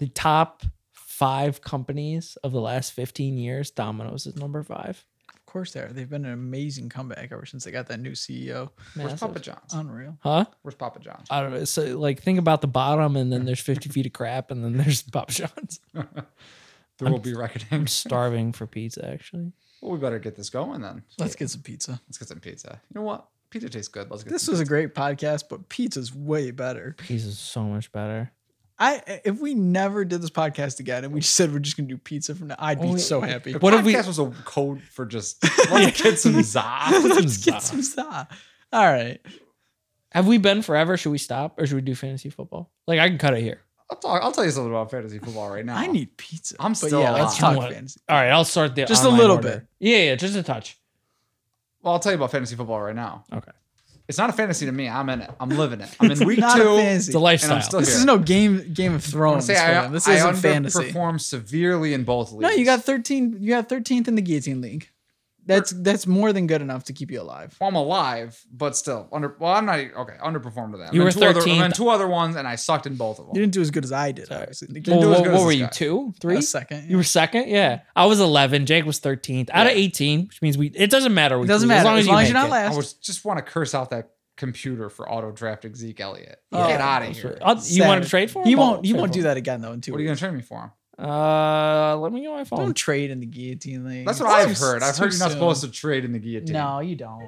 S1: The top five companies of the last 15 years, Domino's is number five.
S2: Of course, they are. They've been an amazing comeback ever since they got that new CEO.
S3: Where's Papa
S1: Massive.
S3: John's?
S2: Unreal.
S1: Huh?
S3: Where's Papa John's?
S1: I don't know. So like think about the bottom, and then there's 50 feet of crap, and then there's Papa John's.
S3: There will be reckoning.
S1: I'm starving for pizza, actually.
S3: Well, we better get this going then.
S2: Let's get some pizza.
S3: Let's get some pizza. You know what? Pizza tastes good. Let's get
S2: This
S3: some
S2: was a great podcast, but pizza's way better.
S1: Pizza's so much better.
S2: I if we never did this podcast again and we just said we're just gonna do pizza from now, I'd be
S1: Oh,
S2: so happy.
S3: The
S1: What if we-
S3: podcast was a code for just let's get some za.
S2: Let's
S1: Zah.
S2: get some za. All right.
S1: Have we been forever? Should we stop or should we do fantasy football? Like I can cut it here.
S3: I'll talk. I'll tell you something about fantasy football right now.
S2: I need pizza.
S3: I'm
S2: But
S3: still
S2: yeah,
S3: alive.
S2: let's
S1: You know
S2: talk
S1: what?
S2: fantasy.
S1: All right, I'll start the
S2: Just a
S1: online
S2: little
S1: order. Yeah, yeah, just a touch.
S3: Well, I'll tell you about fantasy football right now.
S1: Okay,
S3: It's not a fantasy to me. I'm in it. I'm living it. I'm in week
S2: Not a
S3: two.
S2: fantasy.
S1: it's a lifestyle.
S3: And I'm still-
S2: This is no game Game of
S3: I'm gonna
S2: Thrones.
S3: say
S2: for
S3: I,
S2: them. This
S3: I
S2: isn't fantasy.
S3: underperformed severely in both leagues.
S2: No, you got thirteen. You got thirteenth in the Guillotine League. That's that's more than good enough to keep you alive.
S3: Well, I'm alive, but still under. Well, I'm not e, okay. Underperformed to that.
S1: You
S3: I'm in
S1: were
S3: two other- I'm
S1: 13th.
S3: in two other ones, and I sucked in both of
S2: You
S3: them.
S2: didn't do as good as I did.
S1: Sorry.
S2: Obviously, in the
S1: Well,
S3: do
S2: Guillotine-
S3: as
S1: what
S3: good
S1: what
S3: as
S1: were
S3: this
S1: you?
S3: guy.
S1: Two,
S2: I
S1: three?
S2: was second.
S1: You were second. Yeah, I was 11. Jake was 13th out of
S3: Yeah.
S1: 18, which means we. It doesn't matter.
S2: it
S1: We
S2: doesn't
S1: lose,
S2: matter as long as,
S1: you
S2: you're
S1: make
S2: not
S1: it.
S2: last.
S3: I was just want to curse out that computer for auto drafting Zeke Elliott.
S2: Yeah.
S3: Get out of here.
S1: I'll- you want to
S2: Savage.
S1: trade for him?
S2: He
S1: I'll
S2: won't. He
S1: trade
S2: won't
S1: for
S2: do
S1: him.
S2: that again though. In two
S3: What are you
S2: weeks.
S3: gonna trade me for him?
S1: Uh, let me get my phone.
S2: Don't trade in the Guillotine League.
S3: That's what
S2: It's
S3: I've
S2: too-
S3: heard. I've
S2: it's
S3: heard
S2: too
S3: you're not
S2: soon.
S3: supposed to trade in the guillotine.
S2: No, you don't.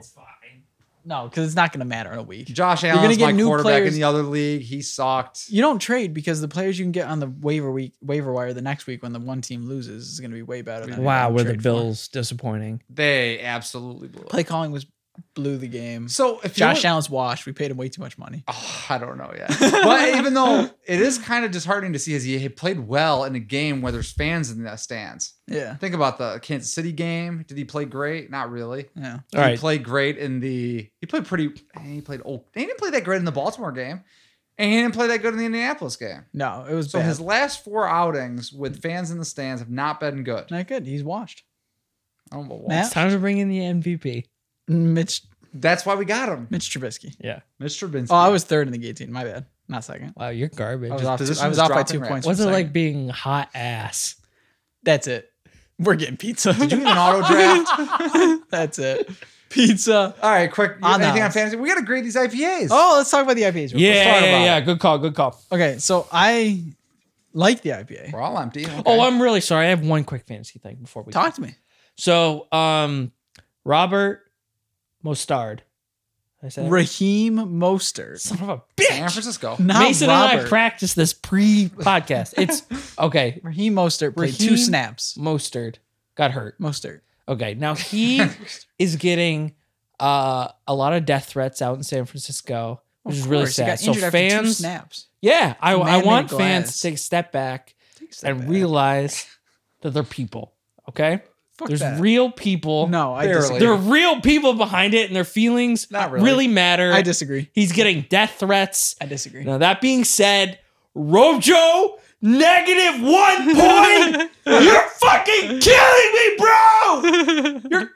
S2: No, because it's not going to matter in a week.
S3: Josh
S2: gonna
S3: Allen's
S2: get
S3: my
S2: new
S3: quarterback
S2: players-
S3: in the other league. He sucked.
S2: You don't trade because the players you can get on the waiver week waiver wire the next week when the one team loses is going to be way better. Than
S1: Wow,
S2: anyone
S1: were the
S2: trade for.
S1: Bills disappointing?
S3: They absolutely blew it.
S2: play calling was blew the game?
S3: So if
S2: Josh
S3: you
S2: Allen's washed. We paid him way too much money.
S3: Oh, I don't know yet. But even though it is kind of disheartening to see as he had played well in a game where there's fans in the stands.
S2: Yeah,
S3: Think about the Kansas City game. Did he play great? Not really.
S2: yeah.
S1: All
S3: he
S1: right.
S3: played great in the he played pretty he played old he didn't play that great in the Baltimore game. And he didn't play that good in the Indianapolis game.
S2: No, it was
S3: So
S2: bad.
S3: his last four outings with fans in the stands have not been good.
S2: not good. He's washed.
S3: I don't know what.
S2: Matt?
S1: It's time to bring in the MVP.
S2: Mitch
S3: That's why we got him.
S2: Mitch Trubisky.
S1: Yeah.
S3: Mr. Binsky.
S2: Oh, I was third in the guillotine. My bad. Not second.
S1: Wow, you're garbage.
S2: I was
S3: His
S2: off. Two,
S3: position
S2: I was
S3: was
S2: off by
S3: dropping
S2: two
S3: right.
S2: points.
S1: What's it
S2: from
S1: like
S2: second.
S1: being hot ass?
S2: That's it. We're getting pizza.
S3: Did you even auto draft?
S2: That's it. Pizza.
S3: All right, quick.
S2: On the
S3: anything on
S2: house.
S3: fantasy? We got to grade these IPAs.
S2: Ah, Oh, let's talk about the IPAs.
S1: Yeah,
S2: real quick.
S1: yeah,
S3: talk
S1: yeah,
S3: about
S1: Good call. Good call.
S2: Okay, so I like the IPA.
S3: we're all empty. Okay.
S1: Oh, I'm really sorry. I have one quick fantasy thing before we
S2: Talk to me.
S1: So, um, Robert Mostard. I said that right.
S2: Raheem Mostert.
S1: son of a
S3: San
S1: bitch.
S3: Francisco.
S2: Not
S1: Mason
S2: Robert.
S1: and I practiced this pre-podcast. It's okay.
S2: Raheem Mostert played two
S1: Raheem-
S2: snaps.
S1: Mostard got hurt.
S2: Mostert.
S1: Okay, now he is getting uh, a lot of death threats out in San Francisco, which is really
S2: course, he got
S1: sad. So
S2: injured after two
S1: fans,
S2: snaps.
S1: yeah, I,
S2: Man
S1: I
S2: made
S1: want
S2: glass.
S1: fans to take a step back and realize that they're people. Okay,
S2: Fuck
S1: there's
S2: that.
S1: real people.
S2: no, I
S3: Barely.
S2: disagree.
S1: there are real people behind it, and their feelings
S3: Not
S1: really,
S3: really.
S1: matter.
S2: I disagree.
S1: He's getting death threats.
S2: I disagree.
S1: Now that being said, Rojo negative one point. You're fucking killing me, bro. You're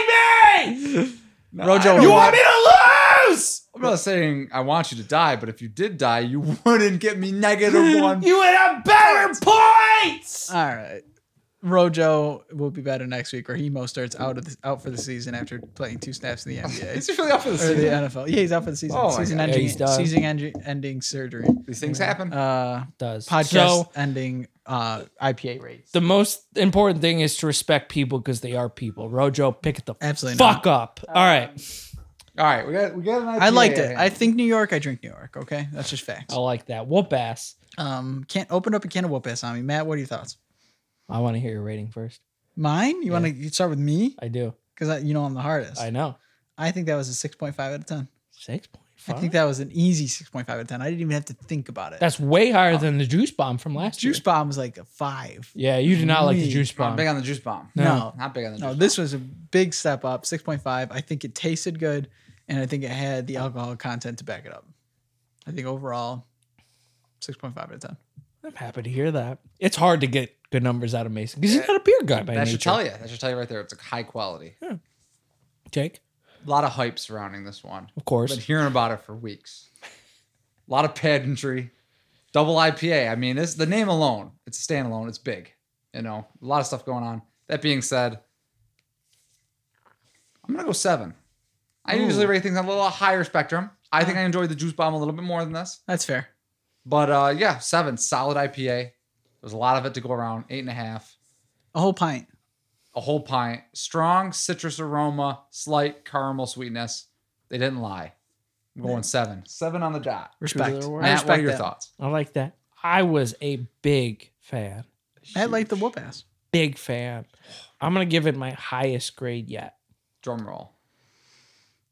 S1: killing me.
S3: No,
S2: Rojo
S3: I don't
S2: won.
S1: You
S2: want
S1: want me to lose?
S3: I'm not saying I want you to die, but if you did die, you wouldn't get me negative one.
S1: You would have better points.
S2: All right. Rojo will be better next week. Raheem Mostert's out of the, out for the season after playing two snaps in the
S3: Is
S2: NBA
S3: he really up for the
S2: or the
S3: season?
S2: NFL. Yeah, he's out for the season.
S3: Oh my
S2: season
S3: God.
S1: Yeah,
S2: ending.
S1: he's done.
S2: season ending, ending surgery.
S3: These things happen.
S2: Uh,
S1: Does
S2: podcast
S1: So
S2: ending. Uh, IPA rates.
S1: the most important thing is to respect people because they are people. Rojo, pick it the
S2: Absolutely
S1: fuck up. All right,
S3: All right, we got we got an IPA.
S2: I liked it.
S3: here.
S2: I think New York. I drink New York. Okay, that's just facts.
S1: I like that. Whoop ass.
S2: Um, can't open up a can of whoop ass on me, Matt. What are your thoughts?
S1: I want to hear your rating first.
S2: Mine? You want to start with me
S1: I do.
S2: because you know I'm the hardest.
S1: I
S2: I,
S1: know.
S2: think that was a six point five out of ten.
S1: Six point
S2: I think
S1: five.
S2: that was an easy six point five out of ten. I didn't even have to think about it.
S1: That's way higher than the juice bomb from last
S2: Juice
S1: year.
S2: bomb was like a five.
S1: Yeah, you did not like the
S2: Me.
S1: juice
S3: I'm
S1: bomb.
S3: big on the juice bomb.
S2: No. No.
S3: not big on the juice.
S2: No, this was a big step up, 6.5. I think it tasted good, and I think it had the alcohol content to back it up. I think overall, 6.5 out of 10.
S1: I'm happy to hear that. It's hard to get good numbers out of Mason because he's not a beer guy by
S3: bomb. that
S1: nature.
S3: should tell you. That should tell you right there. It's a high quality.
S1: Jake,
S3: A lot of hype surrounding this one.
S1: of
S3: I've been
S1: course.
S3: hearing about it for weeks. A lot of pedantry. Double IPA. I mean, this the name alone. It's a standalone. It's big. You know, a lot of stuff going on. That being said, I'm gonna go seven. I usually rate things on a little higher spectrum. I think I enjoyed the juice bomb a little bit more than this.
S2: That's fair.
S3: But uh yeah, seven. Solid IPA. There's a lot of it to go around. Eight and a half.
S2: A whole pint.
S3: A whole pint. Strong citrus aroma, slight caramel sweetness. They didn't lie. I'm going seven. Seven on the dot.
S2: Respect. I
S1: Matt,
S2: respect
S1: what
S3: Matt, what are your
S2: that.
S3: thoughts?
S1: I like that. I was a big fan.
S2: Matt liked the whoop ass.
S1: big fan. I'm gonna give it my highest grade yet.
S3: Drum roll.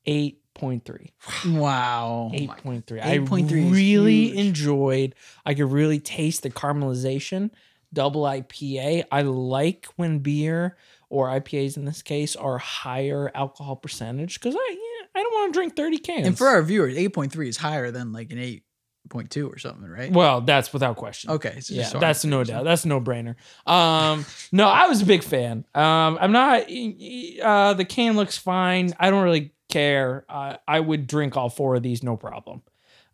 S1: 8.3.
S2: Wow.
S1: 8.3. I
S2: 8.3 is
S1: really
S2: huge.
S1: enjoyed. I could really taste the caramelization. Double IPA. I like when beer or IPAs in this case are higher alcohol percentage because I yeah, I don't want to drink 30 cans.
S2: And for our viewers, 8.3 is higher than like an 8.2 or something, right?
S1: well, that's without question.
S2: Okay. So
S1: yeah,
S2: just so
S1: that's no doubt. That's no brainer. Um, no, I was a big fan. Um, I'm not. Uh, the can looks fine. I don't really care. Uh, I would drink all four of these, no problem.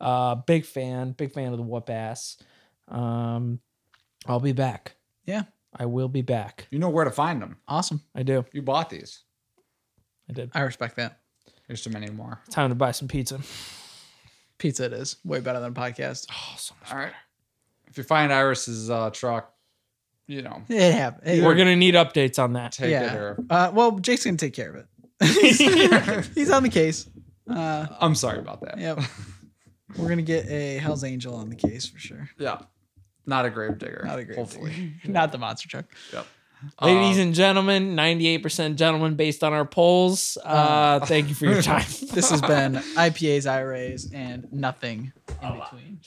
S1: Uh, big fan. Big fan of the whoop ass. Um, I'll be back.
S2: Yeah.
S1: I will be back.
S3: You know where to find them.
S2: Awesome.
S1: I do.
S3: You bought these.
S1: I did.
S2: I respect that.
S3: There's too many more.
S1: Time to buy some pizza.
S2: Pizza it is. Way better than a podcast.
S1: Oh, so much.
S3: All right. If you find Iris's uh, truck, you know,
S2: It happened. It-
S1: We're gonna need updates on that.
S3: take
S2: Yeah.
S3: it or.
S2: Uh, well, Jake's gonna take care of it. He's on the case. Uh,
S3: I'm sorry about that.
S2: yep. We're gonna get a Hell's Angel on the case for sure.
S3: Yeah. Not a grave digger.
S2: Not a great
S3: Hopefully.
S2: Not the monster truck.
S1: Ladies
S3: Um,
S1: and gentlemen, 98% gentlemen based on our polls. Uh, thank you for your time.
S2: Oh, This has been IPAs, IRAs, and nothing in between.